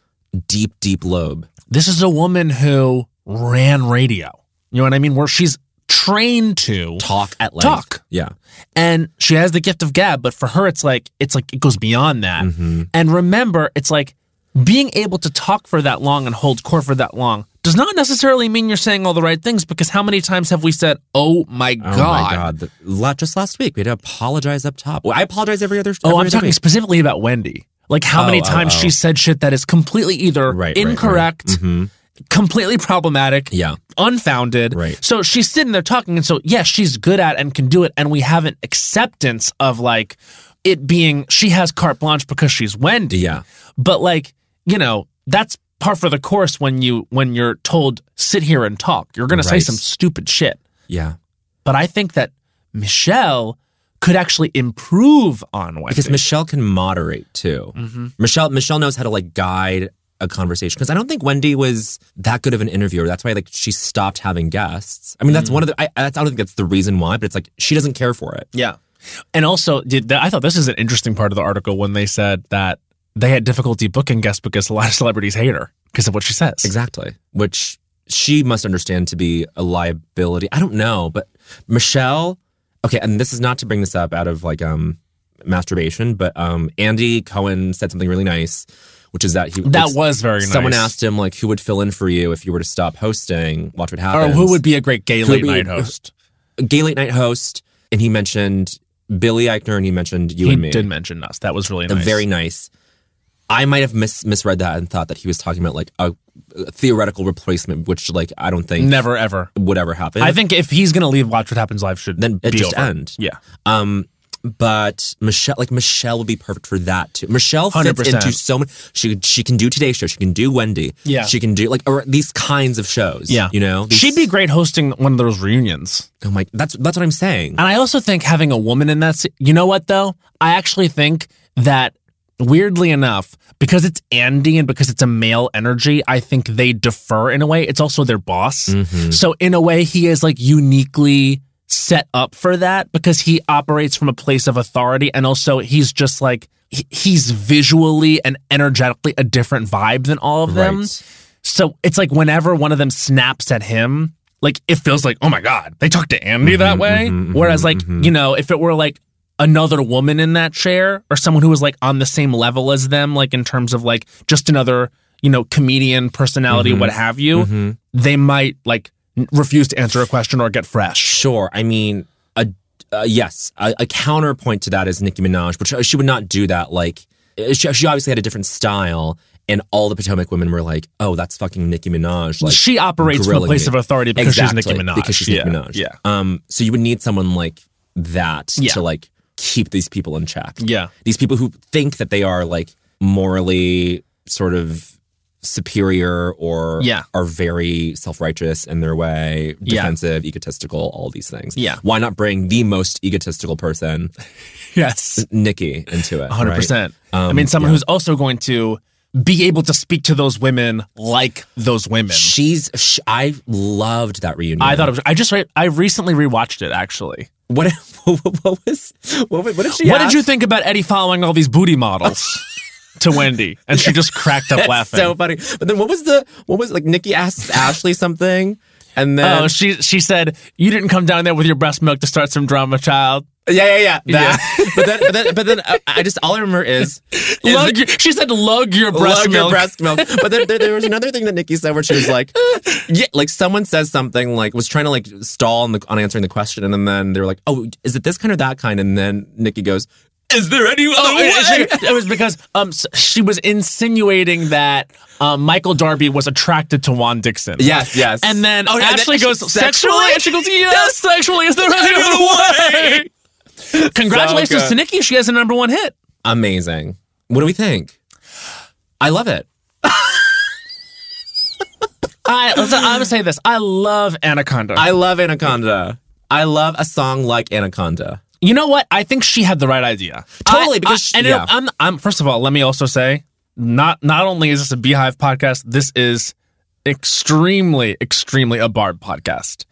D: deep, deep lobe.
A: this is a woman who ran radio. You know what I mean? Where she's trained to
D: Talk at length.
A: Talk.
D: Yeah.
A: and she has the gift of gab but for her it's like it's like it goes beyond that
D: Mhm.
A: and remember it's like being able to talk for that long and hold court for that long does not necessarily mean you're saying all the right things because how many times have we said oh my
D: Oh
A: god
D: my god! The- la- just last week, we had to apologize up top. Well, I apologize every other.
A: oh
D: every
A: i'm
D: other
A: talking
D: week.
A: specifically about wendy like how
D: Oh,
A: many
D: oh,
A: times
D: oh.
A: she said shit that is completely either
D: Right, right, right.
A: incorrect
D: Mhm.
A: completely problematic
D: Yeah.
A: unfounded.
D: Right.
A: [laughs] So she's sitting there talking, and so yes, she's good at and can do it, and we have an acceptance of like it being she has carte blanche because she's Wendy.
D: Yeah.
A: But like you know that's par for the course when you when you're told sit here and talk, you're gonna say
D: Right.
A: some stupid shit.
D: Yeah.
A: But I think that Michelle could actually improve on Wendy
D: Because Michelle can moderate too.
A: Mhm.
D: Michelle Michelle knows how to like guide a conversation because I don't think Wendy was that good of an interviewer. That's why like she stopped having guests. I mean, that's one of the. I, that's I don't think that's the reason why, but it's like she doesn't care for it.
A: Yeah. And also, did I thought this is an interesting part of the article when they said that they had difficulty booking guests because a lot of celebrities hate her because of what she says.
D: Exactly, which she must understand to be a liability. I don't know, but Michelle. Okay, and this is not to bring this up out of like um masturbation, but um Andy Cohen said something really nice, which is that he
A: That was very nice.
D: Someone asked him like, "Who would fill in for you if you were to stop hosting? Watch what
A: or
D: happens."
A: who would be a great gay
D: Who
A: late
D: would
A: night [laughs]
D: be-
A: host?
D: gay late night host, and he mentioned Billy Eichner and he mentioned you
A: he
D: and me.
A: did mention us. That was really
D: Uh,
A: nice.
D: Very nice. I might have mis- misread that and thought that he was talking about like a, a theoretical replacement, which like I don't think
A: never ever.
D: would ever happen.
A: I think if he's gonna leave, Watch What Happens Live should
D: then it
A: be
D: just
A: over.
D: end.
A: Yeah,
D: Um, but Michelle, like Michelle, would be perfect for that too. Michelle fits
A: 100%.
D: into so many. She she can do Today Show. She can do Wendy.
A: Yeah.
D: She can do like or these kinds of shows.
A: Yeah.
D: You know. These-
A: she'd be great hosting one of those reunions.
D: Oh my. That's that's what I'm saying.
A: And I also think having a woman in that, se- you know what though? I actually think that weirdly enough, because it's Andy and because it's a male energy, I think they defer in a way. It's also their boss.
D: Mhm.
A: So in a way, he is like uniquely set up for that because he operates from a place of authority, and also he's just like he- he's visually and energetically a different vibe than all of them.
D: Right.
A: So it's like whenever one of them snaps at him, like it feels like, oh my God, they talked to Andy
D: Mm-hmm,
A: that way. Whereas, like, you know, if it were like another woman in that chair or someone who was like on the same level as them, like in terms of like just another, you know, comedian personality,
D: Mm-hmm,
A: what have you, they might like n- refuse to answer a question or get fresh.
D: Sure. I mean, a, uh, yes, a, a counterpoint to that is Nicki Minaj, but she, she would not do that. Like, uh, she, she obviously had a different style, and all the Potomac women were like, "Oh, that's fucking Nicki Minaj." Like,
A: she operates from a
D: grilling
A: place
D: me.
A: of authority because she's Nicki
D: Exactly,
A: Minaj.
D: Because she's Nicki
A: Yeah.
D: Minaj.
A: Yeah.
D: Um. So you would need someone like that
A: Yeah.
D: to like keep these people in check.
A: Yeah.
D: These people who think that they are like morally sort of superior or
A: Yeah.
D: are very self-righteous in their way,
A: Yeah.
D: defensive, egotistical, all these things.
A: Yeah.
D: Why not bring the most egotistical person,
A: Yes.
D: Nikki, into it?
A: hundred
D: right?
A: percent. I
D: Um,
A: mean, someone
D: yeah.
A: who's also going to be able to speak to those women like those women.
D: She's. Sh- I loved that reunion.
A: I thought it was. I just. re- I recently rewatched it. Actually,
D: What? [laughs] What, what was? What, was- what did she?
A: what did
D: ask?
A: you think about Eddie following all these booty
D: [laughs]
A: models to Wendy? And she just cracked up
D: That's
A: laughing.
D: so funny. But then what was the what was like Nikki asks Ashley something and then
A: oh, she she said you didn't come down there with your breast milk to start some drama, child.
D: yeah yeah yeah that. [laughs] but then but then, but then uh, I just all I remember is, is
A: Lug
D: the-
A: your- she said, "Lug your breast
D: lug
A: milk."
D: your breast milk. But then there, there was another thing that Nikki said where she was [laughs] like, yeah, like someone says something like was trying to like stall on, the, on answering the question and then, then they were like, oh, is it this kind or that kind? And then Nikki goes, is there [laughs] any other
A: Oh,
D: way?
A: it- it- it was because um s- she was insinuating that um, Michael Darby was attracted to Juan Dixon.
D: yes yes.
A: And then
D: Oh, and then
A: Ashley goes sexually?
D: sexually?
A: and she goes yes, sexually. Is there any other way? Congratulations
D: So
A: to
D: good.
A: Nikki. She has a number one hit.
D: amazing. What do we think? I love it.
A: I, listen, I'm gonna say this. I love Anaconda.
D: I love Anaconda. I love a song like Anaconda.
A: you know what? I think she had the right idea.
D: Totally,
A: I-
D: because
A: I- and
D: she- yeah.
A: it- I'm, I'm. First of all, let me also say, not not only is this a Beehive podcast, this is extremely, extremely a Barb podcast.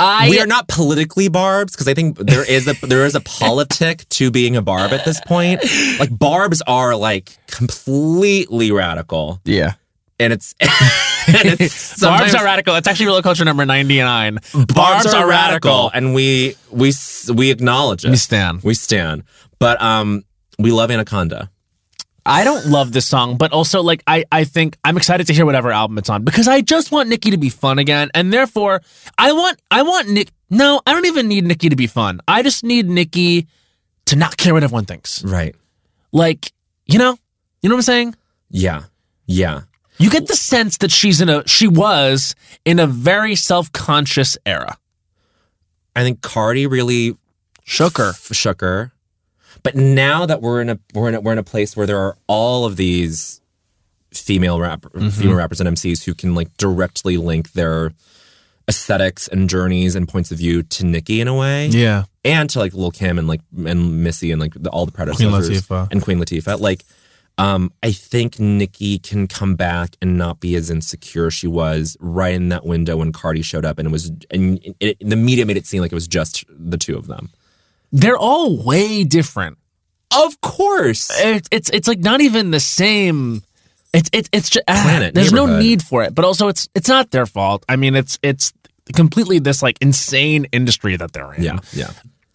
A: I
D: we are not politically barbs because I think there is a there is a politic to being a barb at this point. Like barbs are like completely radical,
A: yeah.
D: and it's [laughs] and
A: [laughs] Barbs
D: it's sometimes-
A: are radical. That's actually real culture number 99. Barbs,
D: and we we s- we acknowledge it.
A: We stand.
D: We stand, but um, we love Anaconda.
A: I don't love this song, but also like I, I think I'm excited to hear whatever album it's on because I just want Nikki to be fun again, and therefore I want I want Nick. No, I don't even need Nikki to be fun. I just need Nikki to not care what everyone thinks.
D: Right?
A: Like you know, you know what I'm saying.
D: Yeah, yeah.
A: You get the sense that she's in a she was in a very self conscious era.
D: I think Cardi really
A: Shook her.
D: f- shook her. But now that we're in a we're in a, we're in a place where there are all of these female rap
J: Mm-hmm.
D: female rappers and MCs who can like directly link their aesthetics and journeys and points of view to Nicki in a way,
J: Yeah.
D: and to like Lil Kim and like and Missy and like the, all the predecessors
J: Latifah.
D: and Queen Latifah. Like, um, I think Nicki can come back and not be as insecure as she was right in that window when Cardi showed up, and it was and it, the media made it seem like it was just the two of them.
A: They're all way different.
D: Of course.
A: it, it's it's like not even the same. It's it's it's just ah,
D: Planet,
A: there's no
D: neighborhood.
A: need for it, but also it's it's not their fault. I mean, it's it's completely this like insane industry that they're in.
D: Yeah, yeah.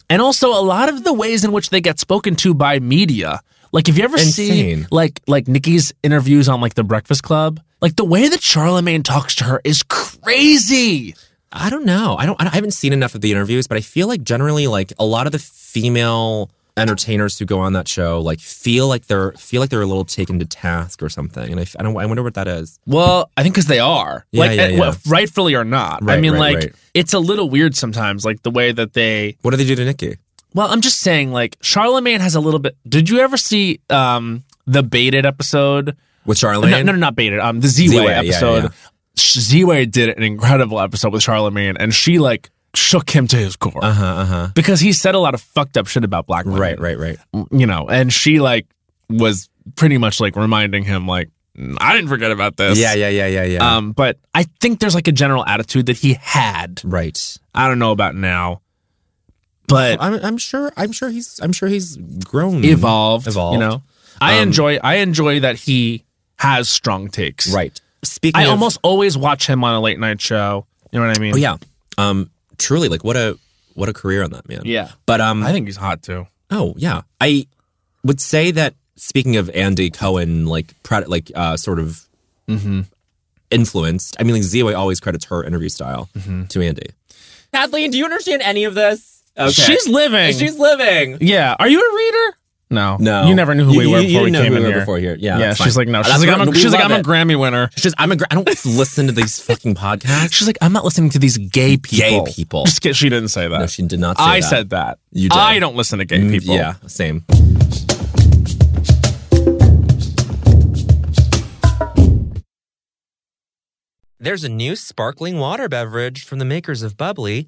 A: and also a lot of the ways in which they get spoken to by media. Like, have you ever seen
D: Insane.
A: like like Nikki's interviews on like The Breakfast Club? Like the way that Charlemagne talks to her is crazy.
D: I don't know. I don't. I haven't seen enough of the interviews, but I feel like generally, like a lot of the female entertainers who go on that show, like feel like they're feel like they're a little taken to task or something. And I, f- I don't. I wonder what that is.
A: Well, I think because they are,
D: Yeah,
A: like,
D: yeah,
A: and-
D: yeah.
A: well, rightfully or not. I
D: Right,
A: mean,
D: right,
A: like,
D: right.
A: it's a little weird sometimes, like the way that they
D: What do they do to Nikki?
A: Well, I'm just saying, like Charlemagne has a little bit. Did you ever see um the baited episode?
D: With Charlene?
A: No, no, no, not baited. Um, the Z
D: Z-Way,
A: way
D: yeah, yeah.
A: episode. Sh Z way did an incredible episode with Charlemagne, and she like shook him to his core
D: Uh huh. Uh huh.
A: because he said a lot of fucked up shit about black women.
D: Right. Right. Right.
A: You know, and she like was pretty much like reminding him like "Mm, I didn't forget about this.
D: Yeah. Yeah. Yeah. Yeah. Yeah.
A: Um, but I think there's like a general attitude that he had.
D: right.
A: I don't know about now, but
D: I'm. I'm sure. I'm sure he's. I'm sure he's grown.
A: evolved.
D: Evolved.
A: You know, I
D: Um,
A: enjoy. I enjoy that he has strong takes.
D: Right.
K: speaking,
A: I
K: of-
A: almost always watch him on a late night show. You know what I mean?
K: Oh yeah, um, truly, like what a what a career on that man.
A: Yeah.
K: but um,
A: I think he's hot too.
K: Oh yeah, I would say that. Speaking of Andy Cohen, like pred- like uh, sort of
A: Mm-hmm.
K: influenced. I mean, like Zia always credits her interview style
A: Mm-hmm.
K: to Andy. Kathleen, do you understand any of this? Okay,
A: She's living.
K: she's living.
A: yeah. Are you a reader? No.
K: No,
A: You never knew who
K: You-
A: we were
K: you- you
A: before we
K: didn't know
A: came
K: who
A: in
K: we were
A: here.
K: Before here, yeah,
A: yeah.
K: that's
A: She's
K: fine.
A: like, no.
K: That's
A: She's like,
K: what-
A: I'm a,
K: we
A: she's like,
K: love
A: I'm a
K: it.
A: Grammy winner.
K: She's I'm a. gr- I
A: [laughs]
K: don't listen to these fucking podcasts.
A: She's like, I'm not listening to these gay people.
K: Gay people.
A: Just kidding. She didn't say that.
K: No, she did not. Say
A: I
K: that.
A: said that.
K: You did.
A: I don't listen to gay
K: Mm,
A: people.
K: Yeah, same.
D: There's a new sparkling water beverage from the makers of Bubbly,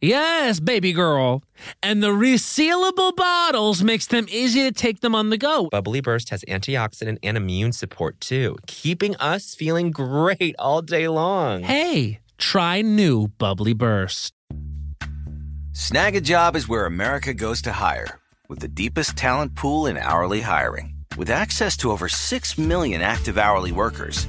H: Yes, baby girl. And the resealable bottles makes them easy to take them on the go.
D: Bubbly Burst has antioxidant and immune support too, keeping us feeling great all day long.
H: Hey, try new Bubbly Burst.
G: Snag a job is where America goes to hire, with the deepest talent pool in hourly hiring. With access to over 6 million active hourly workers,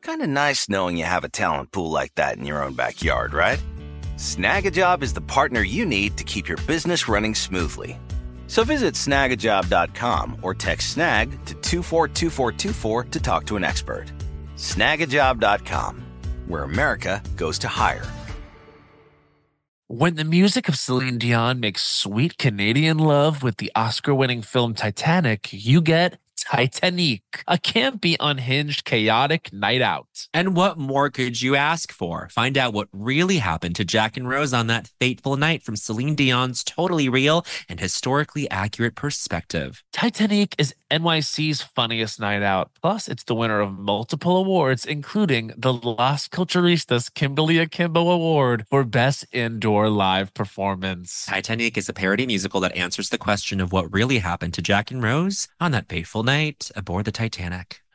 G: Kind of nice knowing you have a talent pool like that in your own backyard, right? Snagajob is the partner you need to keep your business running smoothly. So visit snagajob.com or text snag to 242424 to talk to an expert. Snagajob.com, where America goes to hire.
L: When the music of Celine Dion makes sweet Canadian love with the Oscar winning film Titanic, you get Titanic, a campy, unhinged, chaotic night out.
D: And what more could you ask for? Find out what really happened to Jack and Rose on that fateful night from Celine Dion's totally real and historically accurate perspective.
L: Titanic is NYC's funniest night out. Plus, it's the winner of multiple awards, including the Las Culturistas Kimberly Akimbo Award for Best Indoor Live Performance.
D: Titanic is a parody musical that answers the question of what really happened to Jack and Rose on that fateful night aboard the Titanic.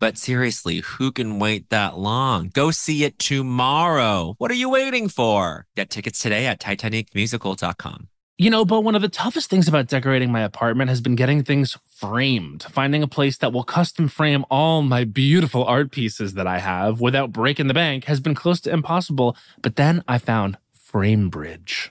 D: But seriously, who can wait that long? Go see it tomorrow. What are you waiting for? Get tickets today at TitanicMusical.com.
H: You know, but one of the toughest things about decorating my apartment has been getting things framed, finding a place that will custom frame all my beautiful art pieces that I have without breaking the bank has been close to impossible. But then I found Framebridge.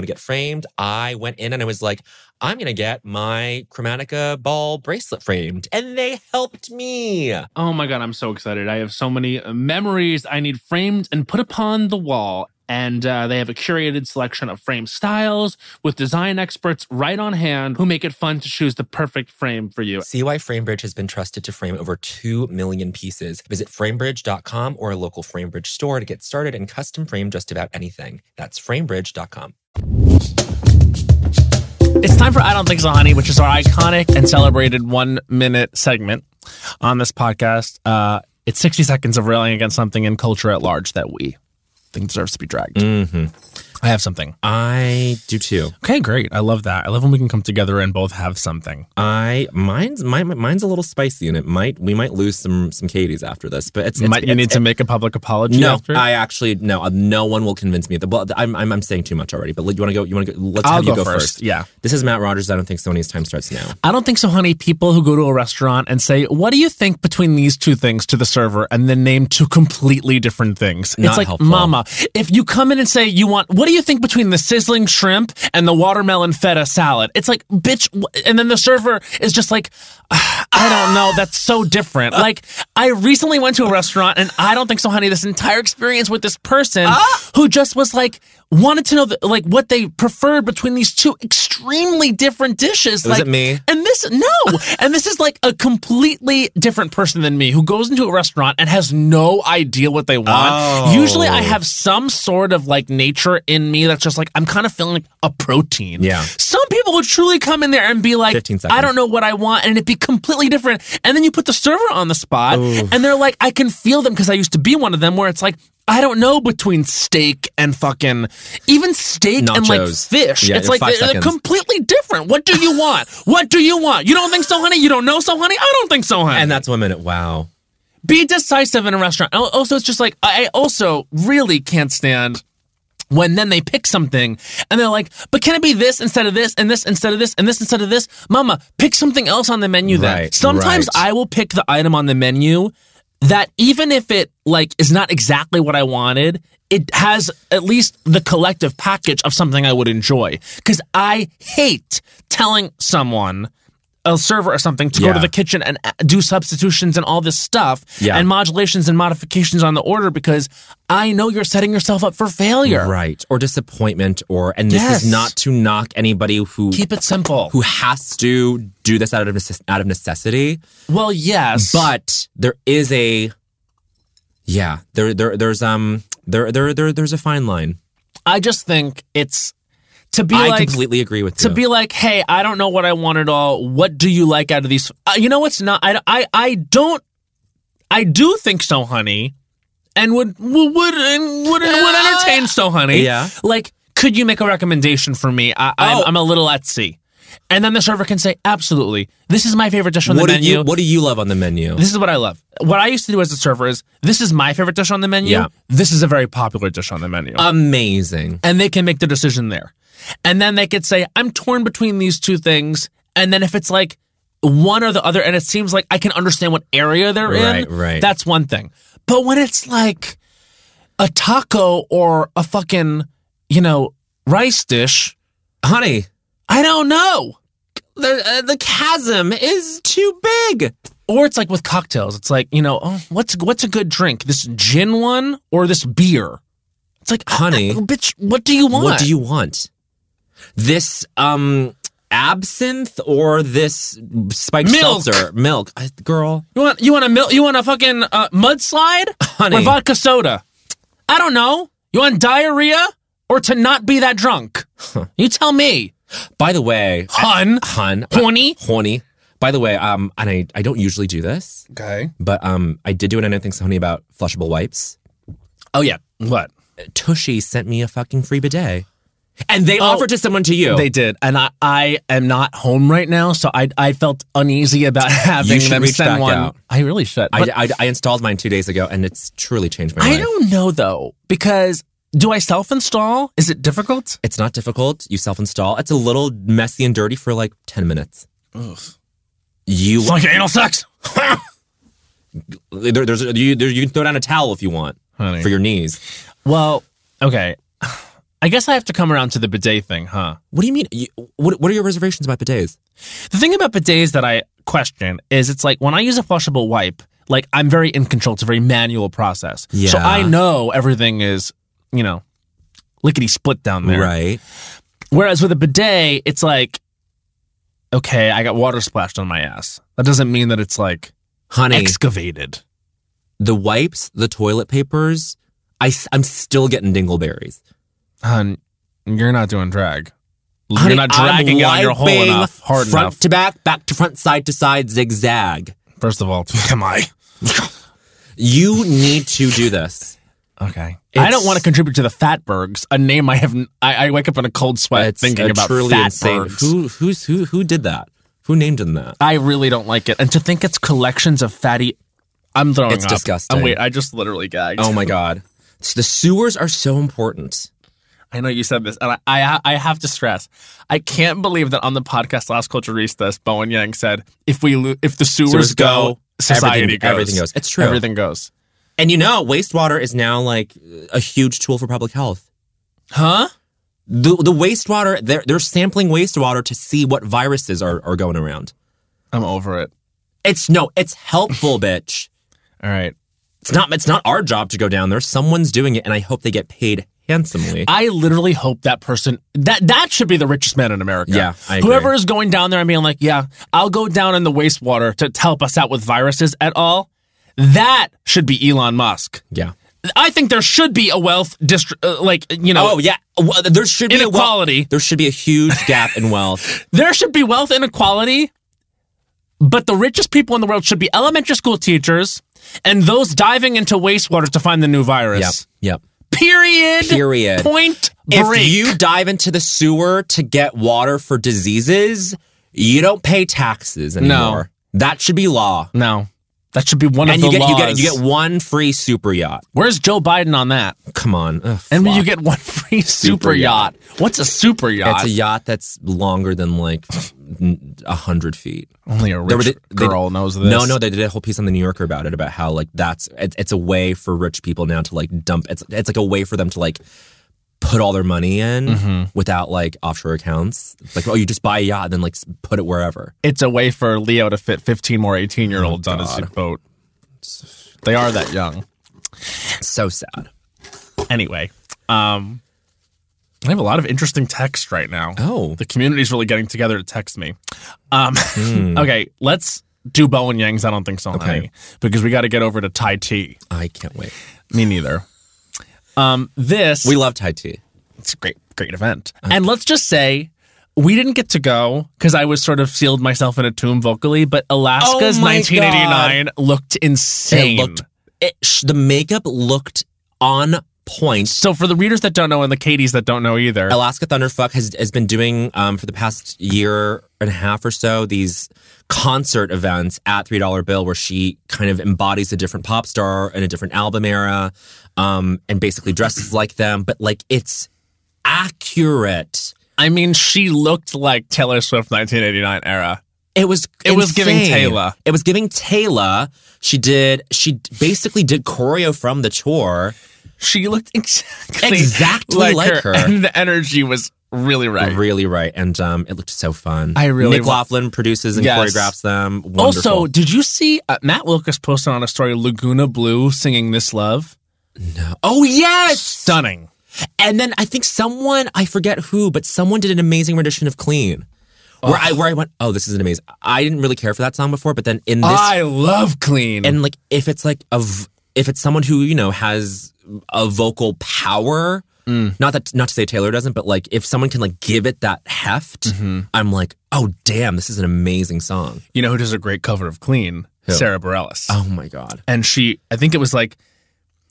D: to get framed. I went in and I was like, I'm going to get my Chromatica ball bracelet framed. And they helped me.
H: Oh my God, I'm so excited. I have so many uh, memories I need framed and put upon the wall. And uh, they have a curated selection of frame styles with design experts right on hand who make it fun to choose the perfect frame for you.
D: See why Framebridge has been trusted to frame over 2 million pieces. Visit framebridge.com or a local Framebridge store to get started and custom frame just about anything. That's framebridge.com.
A: It's time for I Don't Think So Honey, which is our iconic and celebrated one minute segment on this podcast. Uh, It's 60 seconds of railing against something in culture at large that we think deserves to be dragged.
D: Mm-hmm.
A: I have something.
D: I do too.
A: Okay, great. I love that. I love when we can come together and both have something.
D: I mine's mine, mine's a little spicy, and it might we might lose some some Katie's after this. But it's, it's
A: Might you
D: it's-
A: need to
D: it-
A: make a public apology
D: no,
A: after?
D: I actually no. uh, No one will convince me. That, well, I'm, I'm I'm saying too much already. But you want to go? You want to go? Let's
A: I'll
D: have you
A: go
D: go
A: first. Yeah.
D: This is Matt Rogers. I don't think Sony's time starts now.
A: I don't think so, honey. People who go to a restaurant and say, What do you think between these two things to the server? and then name two completely different things.
D: Not
A: it's like,
D: helpful.
A: Mama, if you come in and say, You want, what do you think between the sizzling shrimp and the watermelon feta salad? It's like, Bitch. wh- And then the server is just like, "Ah, I don't know. That's so different. Like, I recently went to a restaurant and I don't think so, honey. This entire experience with this person
D: Uh?
A: who just was like, wanted to know the, like what they preferred between these two extremely different dishes
D: Was
A: like
D: it me?
A: and this no, and this is like a completely different person than me who goes into a restaurant and has no idea what they want.
D: Oh.
A: Usually, I have some sort of like nature in me that's just like I'm kind of feeling like a protein.
D: Yeah.
A: Some people would truly come in there and be like,
D: 15 seconds.
A: I don't know what I want, and it'd be completely different. And then you put the server on the spot, and they're like, I can feel them because I used to be one of them where it's like. I don't know between steak and fucking even steak and like
D: Nachos.
A: fish.
D: Yeah,
A: it's like
D: five
A: they're, they're
D: seconds.
A: completely different. What do you want? What do you want? You don't think so, honey? You don't know so, honey? I don't think so, honey.
D: And that's one minute. Wow.
A: be decisive in a restaurant. Al- Also, it's just like I also really can't stand when then they pick something and they're like, "But can it be this instead of this, and this instead of this, and this instead of this?" Mama, pick something else on the menu. then
D: Right,
A: sometimes
D: right.
A: I will pick the item on the menu that even if it like is not exactly what I wanted. It has at least the collective package of something I would enjoy. Because I hate telling someone a server or something to go
D: Yeah.
A: to the kitchen and uh, do substitutions and all this stuff
D: Yeah.
A: and modulations and modifications on the order because I know you're setting yourself up for failure.
D: Right. Or disappointment. Or and this
A: Yes.
D: is not to knock anybody who
A: Keep it simple.
D: who has to do this out of necess- out of necessity.
A: well, yes,
D: but there is a yeah there there there's um there there, there there's a fine line
A: I just think it's to be
D: i
A: like
D: completely agree with
A: to
D: you
A: be like, hey, I don't know what I want at all. What do you like out of these? Uh, you know, what's not. I, I I don't. I do think so, honey, and would would would and would, would entertain so, honey.
D: Yeah. Oh.
A: Like, could you make a recommendation for me? I, I'm, I'm a little at sea, and then the server can say, absolutely. This is my favorite dish on
D: what
A: the
D: do
A: menu.
D: you what do you love on the menu
A: This is what I love. What I used to do as a server is, this is my favorite dish on the menu.
D: Yeah.
A: This is a very popular dish on the menu
D: amazing
A: and they can make the decision there. And then they could say, I'm torn between these two things. And then if it's like one or the other, and it seems like I can understand what area they're
D: Right,
A: in,
D: right.
A: that's one thing. But when it's like a taco or a fucking, you know, rice dish,
D: honey
A: I don't know.
D: the uh, the chasm is too big
A: Or it's like with cocktails. It's like, you know, oh, what's what's a good drink? This gin one or this beer? It's like, "Ah,
D: Honey,
A: bitch, what do you want?
D: what do you want this um absinthe or this spiked
A: Milk.
D: seltzer milk I, girl
A: You want you want a mil- you want a fucking uh, mudslide
D: Honey.
A: or vodka soda? I don't know. You want diarrhea or to not be that drunk? You tell me,
D: by the way
A: hun.
D: hun
A: Horny?
D: horny by the way um and i i don't usually do this
A: Okay.
D: But um, I did do an anything so honey about flushable wipes.
A: Oh yeah. What?
D: Tushy sent me a fucking free bidet, and they
A: Oh,
D: offered to someone to you.
A: They did, and I, I am not home right now, so I I felt uneasy about [laughs] having
D: should
A: them
D: reach
A: send
D: back
A: one.
D: out.
A: I really should.
D: I,
A: But
D: I, I installed mine two days ago, and it's truly changed my
A: I
D: life.
A: don't know though because do I self install? Is it difficult?
D: It's not difficult. You self install. It's a little messy and dirty for like ten minutes. You
A: like anal sex.
D: there, there's you there, you can throw down a towel if you want
A: Honey.
D: for your knees.
A: Well, okay. [sighs] I guess I have to come around to the bidet thing, huh?
D: What do you mean? You, what what are your reservations about bidets?
A: The thing about bidets that I question is it's like when I use a flushable wipe, like I'm very in control. It's a very manual process. So
D: Yeah.
A: I know everything is, you know, lickety split down there.
D: Right.
A: Whereas with a bidet, it's like, okay, I got water splashed on my ass. That doesn't mean that it's like
D: Honey,
A: excavated.
D: the wipes, the toilet papers. I, s- I'm still getting dingleberries.
A: Hun, you're not doing drag.
D: Honey,
A: you're not dragging
D: I'm
A: it on your hole
D: wiping
A: enough, hard
D: front
A: enough.
D: [laughs] to back, back to front, side to side, zigzag.
A: First of all, am I?
D: You need to do this.
A: Okay.
D: It's-
A: I don't want to contribute to the Fatbergs, a name I have. n- I, I wake up in a cold sweat
D: It's
A: thinking
D: a
A: about
D: truly insane.
A: Fatbergs.
D: Who who's who who did that? Who named him that?
A: I really don't like it, and to think it's collections of fatty. I'm throwing
D: It's
A: up.
D: disgusting.
A: Oh, wait, I just literally gagged.
D: Oh my god. S- The sewers are so important.
A: [laughs] I know you said this, and I, I I have to stress, I can't believe that on the podcast last Culturistas, Bowen Yang said, "If we lo- if the sewers,
D: Sewers
A: go,
D: go,
A: society
D: everything-
A: goes.
D: everything goes. It's true.
A: Everything goes.
D: And you know, wastewater is now like a huge tool for public health.
A: Huh?
D: The the wastewater they're they're sampling wastewater to see what viruses are, are going around.
A: I'm over it.
D: It's no, it's helpful, [laughs] bitch.
A: All right.
D: It's not it's not our job to go down there. Someone's doing it and I hope they get paid handsomely.
A: I literally hope that person that that should be the richest man in America.
D: Yeah, I agree.
A: whoever is going down there and being like, "Yeah, I'll go down in the wastewater to help us out with viruses at all." That should be Elon Musk.
D: yeah.
A: I think there should be a wealth distri- uh, like you know,
D: Oh yeah, well, there should be A
A: Inequality.
D: wealth, there should be a huge gap
A: [laughs]
D: in wealth.
A: there should be wealth inequality. But the richest people in the world should be elementary school teachers and those diving into wastewater to find the new
D: yep.
A: virus.
D: Yep.
A: Period.
D: Period.
A: Point
D: If
A: break.
D: you dive into the sewer to get water for diseases, you don't pay taxes anymore. That should be law.
A: no, that should be one of
D: and
A: the
D: you get you get
A: laws.
D: you get one free super yacht.
A: Where's Joe Biden on that?
D: Come on. Ugh,
A: And when
D: fuck.
A: you get one free super,
D: Super
A: yacht.
D: yacht.
A: What's a super yacht?
D: it's a yacht that's longer than like a hundred feet.
A: Only a
D: They were-
A: rich
D: they-
A: girl knows this.
D: No, no, they did a whole piece on the New Yorker about it, about how like that's it's, it's a way for rich people now to like dump. It's it's like a way for them to like put all their money in
A: Mm-hmm.
D: without like offshore accounts. It's like oh, you just buy a yacht and then like s- put it wherever.
A: It's a way for Leo to fit 15 more 18 year olds on his boat. They are that young.
D: It's so sad.
A: Anyway, um, I have a lot of interesting text right now.
D: Oh,
A: The community's really getting together to text me. Um, [laughs] Okay, let's do Bowen Yang's. I don't think so, honey, because we got to get over to Tai T.
D: I can't wait.
A: Me neither. Um, this
D: We love Thai tea.
A: it's a great great event. And let's just say we didn't get to go because I was sort of sealed myself in a tomb vocally, but Alaska's
D: Oh my
A: 1989 looked insane.
D: It looked it, sh- the makeup looked on point.
A: so for the readers that don't know and the Katies that don't know either,
D: Alaska Thunderfuck has has been doing um, for the past year and a half or so these concert events at Three Dollar Bill, where she kind of embodies a different pop star and a different album era, um, and basically dresses like them. But like it's accurate.
A: I mean, she looked like Taylor Swift 1989 era.
D: It was
A: It was giving
D: insane.
A: Taylor.
D: It was giving Taylor. She did. She d- basically did choreo from the tour.
A: She looked exactly
D: Exactly like her.
A: and the energy was really right.
D: Really right, and um, it looked so fun.
A: I really
D: Nick
A: wa-
D: Laughlin produces and
A: Yes.
D: choreographs them. Wonderful.
A: Also, did you see uh, Matt Wilkes posted on a story Laguna Blue singing "This Love"?
D: oh yes,
A: Stunning.
D: And then I think someone, I forget who, but someone did an amazing rendition of Clean. Where I where I went, oh, this is an amazing. I didn't really care for that song before, but then in this
A: I love clean.
D: and like if it's like a v- if it's someone who, you know, has a vocal power, not that not to say Taylor doesn't, but like if someone can like give it that heft, I'm like, oh damn, this is an amazing song.
A: You know who does a great cover of Clean? Sarah Bareilles.
D: Oh my god.
A: And she, I think it was like,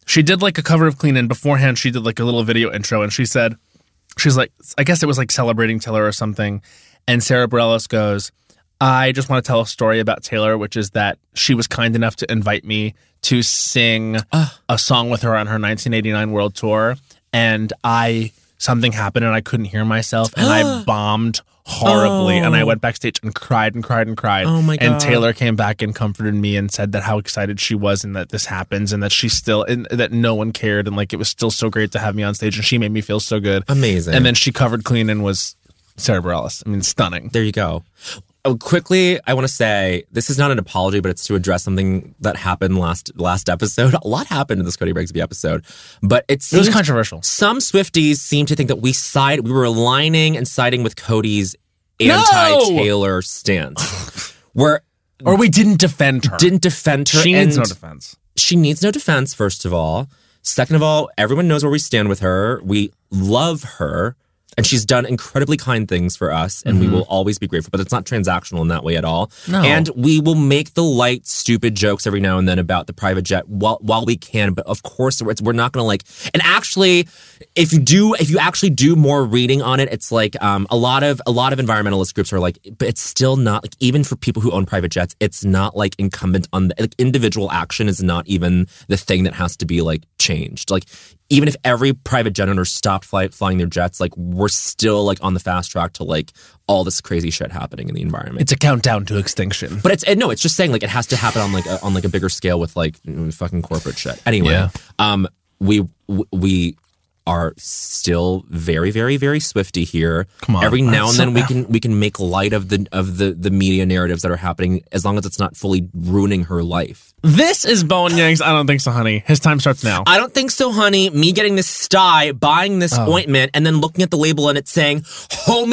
A: she did like a cover of Clean, and beforehand she did like a little video intro, and she said, she's like, I guess it was like celebrating Taylor or something, and Sarah Bareilles goes, I just want to tell a story about Taylor, which is that she was kind enough to invite me to sing
D: Ah.
A: a song with her on her 1989 world tour, and I something happened and I couldn't hear myself, and
D: [gasps]
A: I bombed horribly, and I went backstage and cried and cried and cried.
D: Oh my
A: And
D: God.
A: Taylor came back and comforted me and said that how excited she was and that this happens and that she still and that no one cared and like it was still so great to have me on stage and she made me feel so good.
D: Amazing.
A: And then she covered clean and was Sarah Bareilles. I mean, stunning.
D: There you go. Oh, quickly, I want to say this is not an apology, but it's to address something that happened last last episode. A lot happened in this Cody Bregsby episode, but it
A: It was
D: seems
A: controversial.
D: some Swifties seem to think that we side we were aligning and siding with Cody's
A: [sighs]
D: anti-Taylor stance, where
A: Or we didn't defend her.
D: didn't defend her.
A: she needs
D: and
A: no defense.
D: she needs no defense. First of all, second of all, everyone knows where we stand with her. We love her. And she's done incredibly kind things for us, and we will always be grateful. But it's not transactional in that way at all.
A: No.
D: And we will make the light, stupid jokes every now and then about the private jet while, while we can. But of course, we're, it's- we're not going to like. And actually, if you do, if you actually do more reading on it, it's like um, a lot of a lot of environmentalist groups are like, but it's still not like even for people who own private jets, it's not like incumbent on the like individual action is not even the thing that has to be like changed. Like even if every private jet owner stopped fly, flying their jets, like we're still like on the fast track to like all this crazy shit happening in the environment.
A: It's a countdown to extinction.
D: But it's and no, it's just saying like it has to happen on like a, on like a bigger scale with like mm, fucking corporate shit. Anyway,
A: Yeah.
D: um, we w- we are still very very very swifty here.
A: Come on.
D: every
A: That's
D: now and
A: so-
D: then we can we can make light of the of the the media narratives that are happening as long as it's not fully ruining her life.
A: This is Bowen Yang's. I don't think so, honey. His time starts now. Oh.
D: I don't think so, honey. Me getting this sty, buying this ointment, and then looking at the label and it saying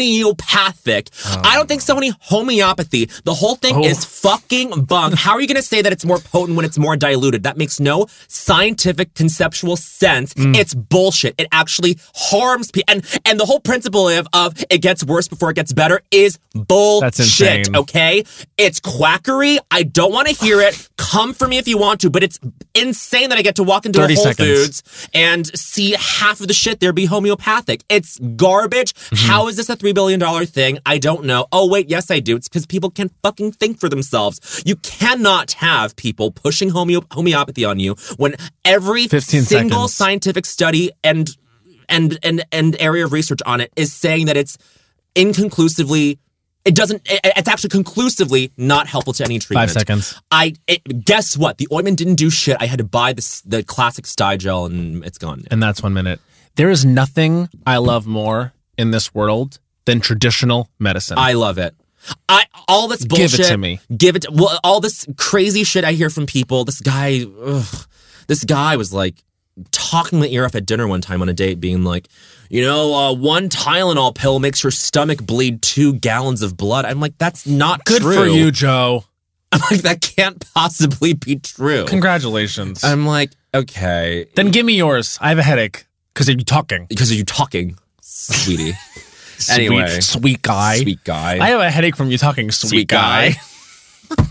D: homeopathic.
A: Oh.
D: I don't think so, honey. Homeopathy. The whole thing is fucking bunk. How are you going to say that it's more potent when it's more diluted? That makes no scientific conceptual sense.
A: Mm.
D: It's bullshit. It actually harms people. And and the whole principle of, of it gets worse before it gets better is bullshit.
A: insane.
D: Okay, it's quackery. I don't want to hear it. Come for me if you want to, but it's insane that I get to walk into a
A: 30
D: Whole
A: seconds.
D: Foods and see half of the shit there be homeopathic. It's garbage.
A: Mm-hmm.
D: How is this a three billion dollar thing? I don't know. Oh wait, yes I do. It's because people can fucking think for themselves. You cannot have people pushing homeo- homeopathy on you when every
A: 15
D: single
A: seconds.
D: scientific study and and and and area of research on it is saying that it's inconclusively it doesn't it- it's actually conclusively not helpful to any treatment
A: Five seconds.
D: i it, guess what the ointment didn't do shit i had to buy this the classic sty gel and it's gone
A: And that's one minute. There is nothing I love more in this world than traditional medicine.
D: i love it I all this
A: Give it
D: bullshit.
A: to me.
D: Give it. Well, all this crazy shit I hear from people. This guy, ugh, this guy was like talking my ear off at dinner one time on a date, being like, you know, uh, one Tylenol pill makes your stomach bleed two gallons of blood. I'm like, that's not
A: Good
D: true.
A: for you, Joe.
D: [laughs] I'm like, that can't possibly be true.
A: Congratulations.
D: I'm like, okay.
A: then give me yours. I have a headache because you're talking.
D: Because are you talking, sweetie? Anyway.
A: [laughs] sweet, sweet guy.
D: Sweet guy.
A: I have a headache from you talking, sweet,
D: Sweet
A: guy.
D: guy. [laughs]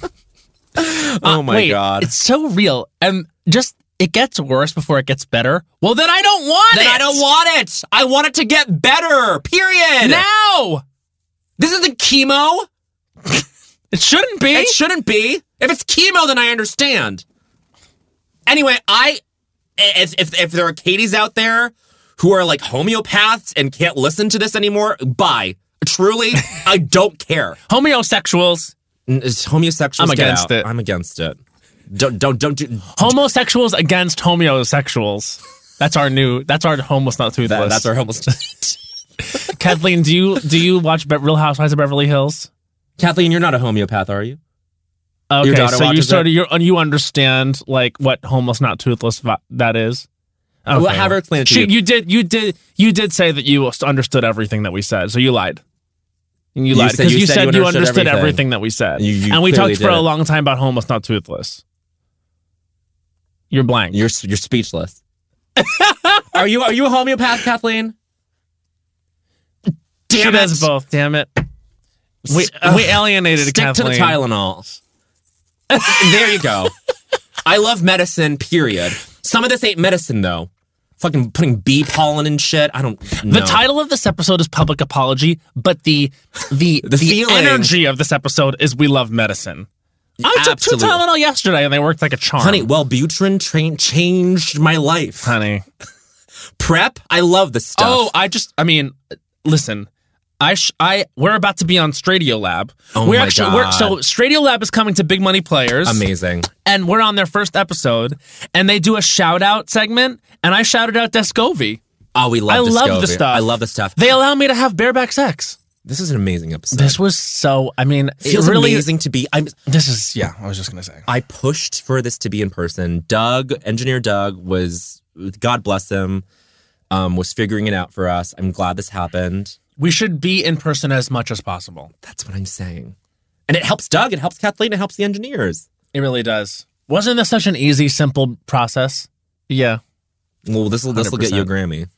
D: oh
A: Uh,
D: my
A: wait,
D: god.
A: It's so real. And just it gets worse before it gets better. Well, then I don't want
D: then
A: it.
D: I don't want it. I want it to get better. Period.
A: now.
D: This isn't chemo.
A: [laughs] It shouldn't be.
D: It shouldn't be. If it's chemo, then I understand. Anyway, I if if, if there are Katie's out there who are like homeopaths and can't listen to this anymore, bye.
A: [laughs]
D: Truly, I don't care.
A: Homosexuals.
D: N- It's homosexuals.
A: I'm
D: get
A: against
D: out.
A: it.
D: I'm against it. Don't don't don't do.
A: Homosexuals against homosexuals. That's our new. That's our homeless not toothless.
D: That, that's our homeless.
A: [laughs] Kathleen. Do you do you watch Be- Real Housewives of Beverly Hills?
D: Kathleen, you're not a homeopath, are you?
A: Okay,
D: daughter
A: so you
D: watches
A: sort of you you understand like what homeless not toothless vi- that is. Okay.
D: Well, have her explain it to
A: She-
D: you.
A: you did you did you did say that you understood everything that we said, so you lied. And you,
D: You
A: lied
D: said-
A: because
D: you
A: you,
D: said
A: said
D: you
A: you
D: understood
A: understood
D: everything.
A: everything. that we said,
D: You- you
A: and we
D: clearly
A: talked for
D: did it.
A: a long time about homeless not toothless. You're blank.
D: You're s- you're speechless. are you are you a homeopath, Kathleen?
A: she
D: Damn it.
A: does both. Damn it. We, we alienated
D: Stick
A: Kathleen.
D: to the Tylenol. [laughs] there you go. I love medicine. Period. Some of this ain't medicine though. Fucking putting bee pollen and shit. I don't.
A: The
D: know.
A: title of this episode is Public Apology, but the
D: [laughs]
A: the the,
D: feeling.
A: energy of this episode is we love medicine. I took two
D: Absolutely.
A: Tylenol yesterday and they worked like a charm.
D: Honey, Wellbutrin train changed my life.
A: honey.
D: Prep, I love this stuff.
A: Oh, I just I mean, listen. I sh- I we're about to be on Stradio Lab.
D: Oh
A: we're
D: my
A: actually
D: God.
A: we're so Stradio Lab is coming to Big Money Players.
D: amazing!
A: And we're on their first episode and they do a shout out segment and I shouted out Descovy.
D: Oh, we love.
A: I love the
D: Discovery.
A: stuff.
D: I love the stuff.
A: They allow me to have bareback sex.
D: this is an amazing episode.
A: This was so I mean, it
D: feels
A: really
D: amazing to be. I'm.
A: this is yeah, I was just going to say.
D: I pushed for this to be in person. Doug, engineer Doug, was God bless him, um, was figuring it out for us. I'm glad this happened.
A: We should be in person as much as possible.
D: That's what I'm saying. And it helps Doug. It helps Kathleen. It helps the engineers.
A: It really does. Wasn't this such an easy, simple process? Yeah.
D: Well, this will this will get you a Grammy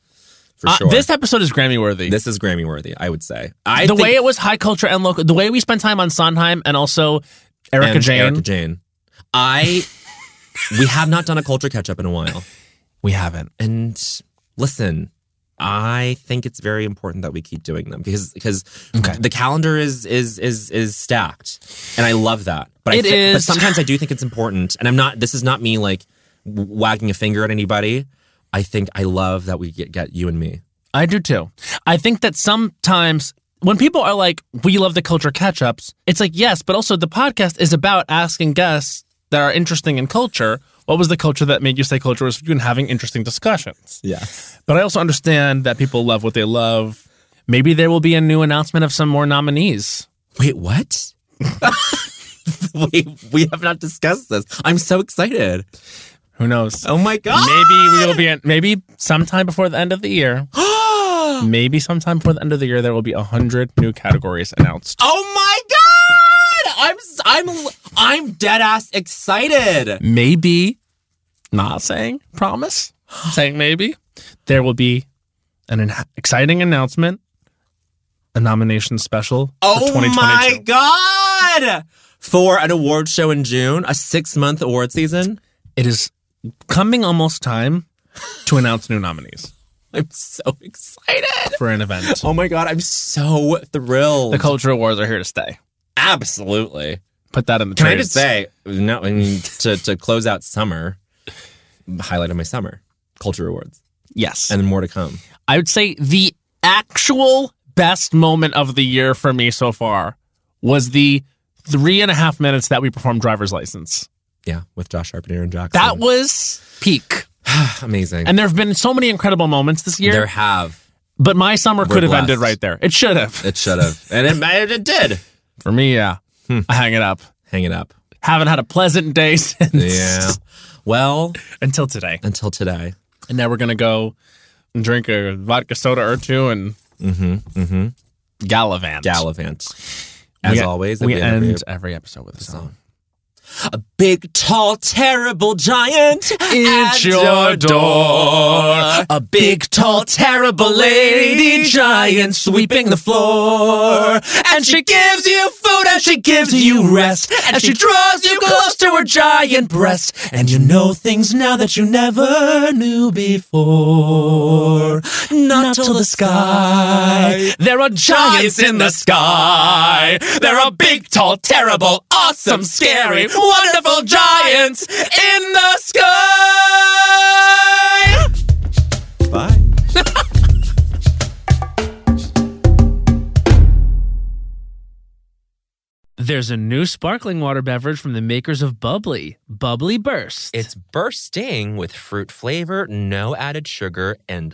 D: for
A: Uh,
D: sure.
A: This episode is Grammy worthy.
D: This is Grammy worthy, I would say. I
A: the
D: think-
A: way it was high culture and local, the way we spent time on Sondheim and also Erica
D: and
A: Jane.
D: Erica Jane. I we have not done a culture catch up in a while.
A: We haven't.
D: And listen, I think it's very important that we keep doing them because because
A: Okay.
D: the calendar is is is is stacked, and I love that. But I
A: It
D: thi- But
A: is.
D: sometimes I do think it's important, and I'm not. This is not me like w- wagging a finger at anybody. I think I love that we get, get you and me.
A: I do too. I think that sometimes when people are like, we love the culture catch ups, it's like, yes, but also the podcast is about asking guests that are interesting in culture. What was the culture that made you say culture was for you and having interesting discussions?
D: Yes.
A: But I also understand that people love what they love. Maybe there will be a new announcement of some more nominees.
D: Wait, what? [laughs] we we have not discussed this. I'm so excited.
A: Who knows?
D: Oh my god.
A: Maybe we'll be in, maybe sometime before the end of the
D: [gasps]
A: year. maybe sometime before the end of the year there will be a hundred new categories announced.
D: Oh my god! I'm s- I'm I'm dead ass excited.
A: Maybe not saying
D: [gasps]
A: promise, saying maybe there will be an en- exciting announcement, a nomination special for
D: Oh
A: 2022.
D: my god! For an award show in June, a six month award season.
A: It is coming almost time to announce new nominees
D: I'm so excited.
A: for an
D: [laughs]
A: event.
D: Oh my god! I'm so thrilled.
A: The culture awards are here to stay.
D: Absolutely.
A: Put that in the
D: Can I
A: trades.
D: just say no? I mean, to to close out summer, highlight of my summer culture awards,
A: yes.
D: and more to come.
A: I would say the actual best moment of the year for me so far was the three and a half minutes that we performed driver's license.
D: Yeah, with Josh Harpenter and Jackson.
A: That was peak.
D: amazing.
A: And there have been so many incredible moments this year,
D: there have
A: but my summer
D: We're
A: could have ended
D: blessed.
A: right there. It should have.
D: it should have, and it and it did.
A: [laughs] For me, yeah. Hmm. I hang it up.
D: Hang it up.
A: Haven't had a pleasant day [laughs] since
D: Yeah. [laughs] Well,
A: until today.
D: until today.
A: And now we're going to go and drink a vodka soda or two and Mm-hmm, gallivant.
D: Gallivant.
A: We
D: As
A: en-
D: always,
A: we
D: at the end of
A: end
D: every
A: every episode with a song.
D: big, tall, terrible giant
A: at your door.
D: A big, tall, terrible lady giant sweeping the floor. And she gives you food and she gives you rest. And she draws you close to her giant breast. And you know things now that you never knew before. Not till the sky. There are giants in the sky. There are big, tall, terrible, awesome, scary, wonderful giants in the sky.
G: Bye.
M: There's a new sparkling water beverage from the makers of Bubbly, Bubbly Burst.
B: It's
D: bursting with fruit flavor, no added sugar, and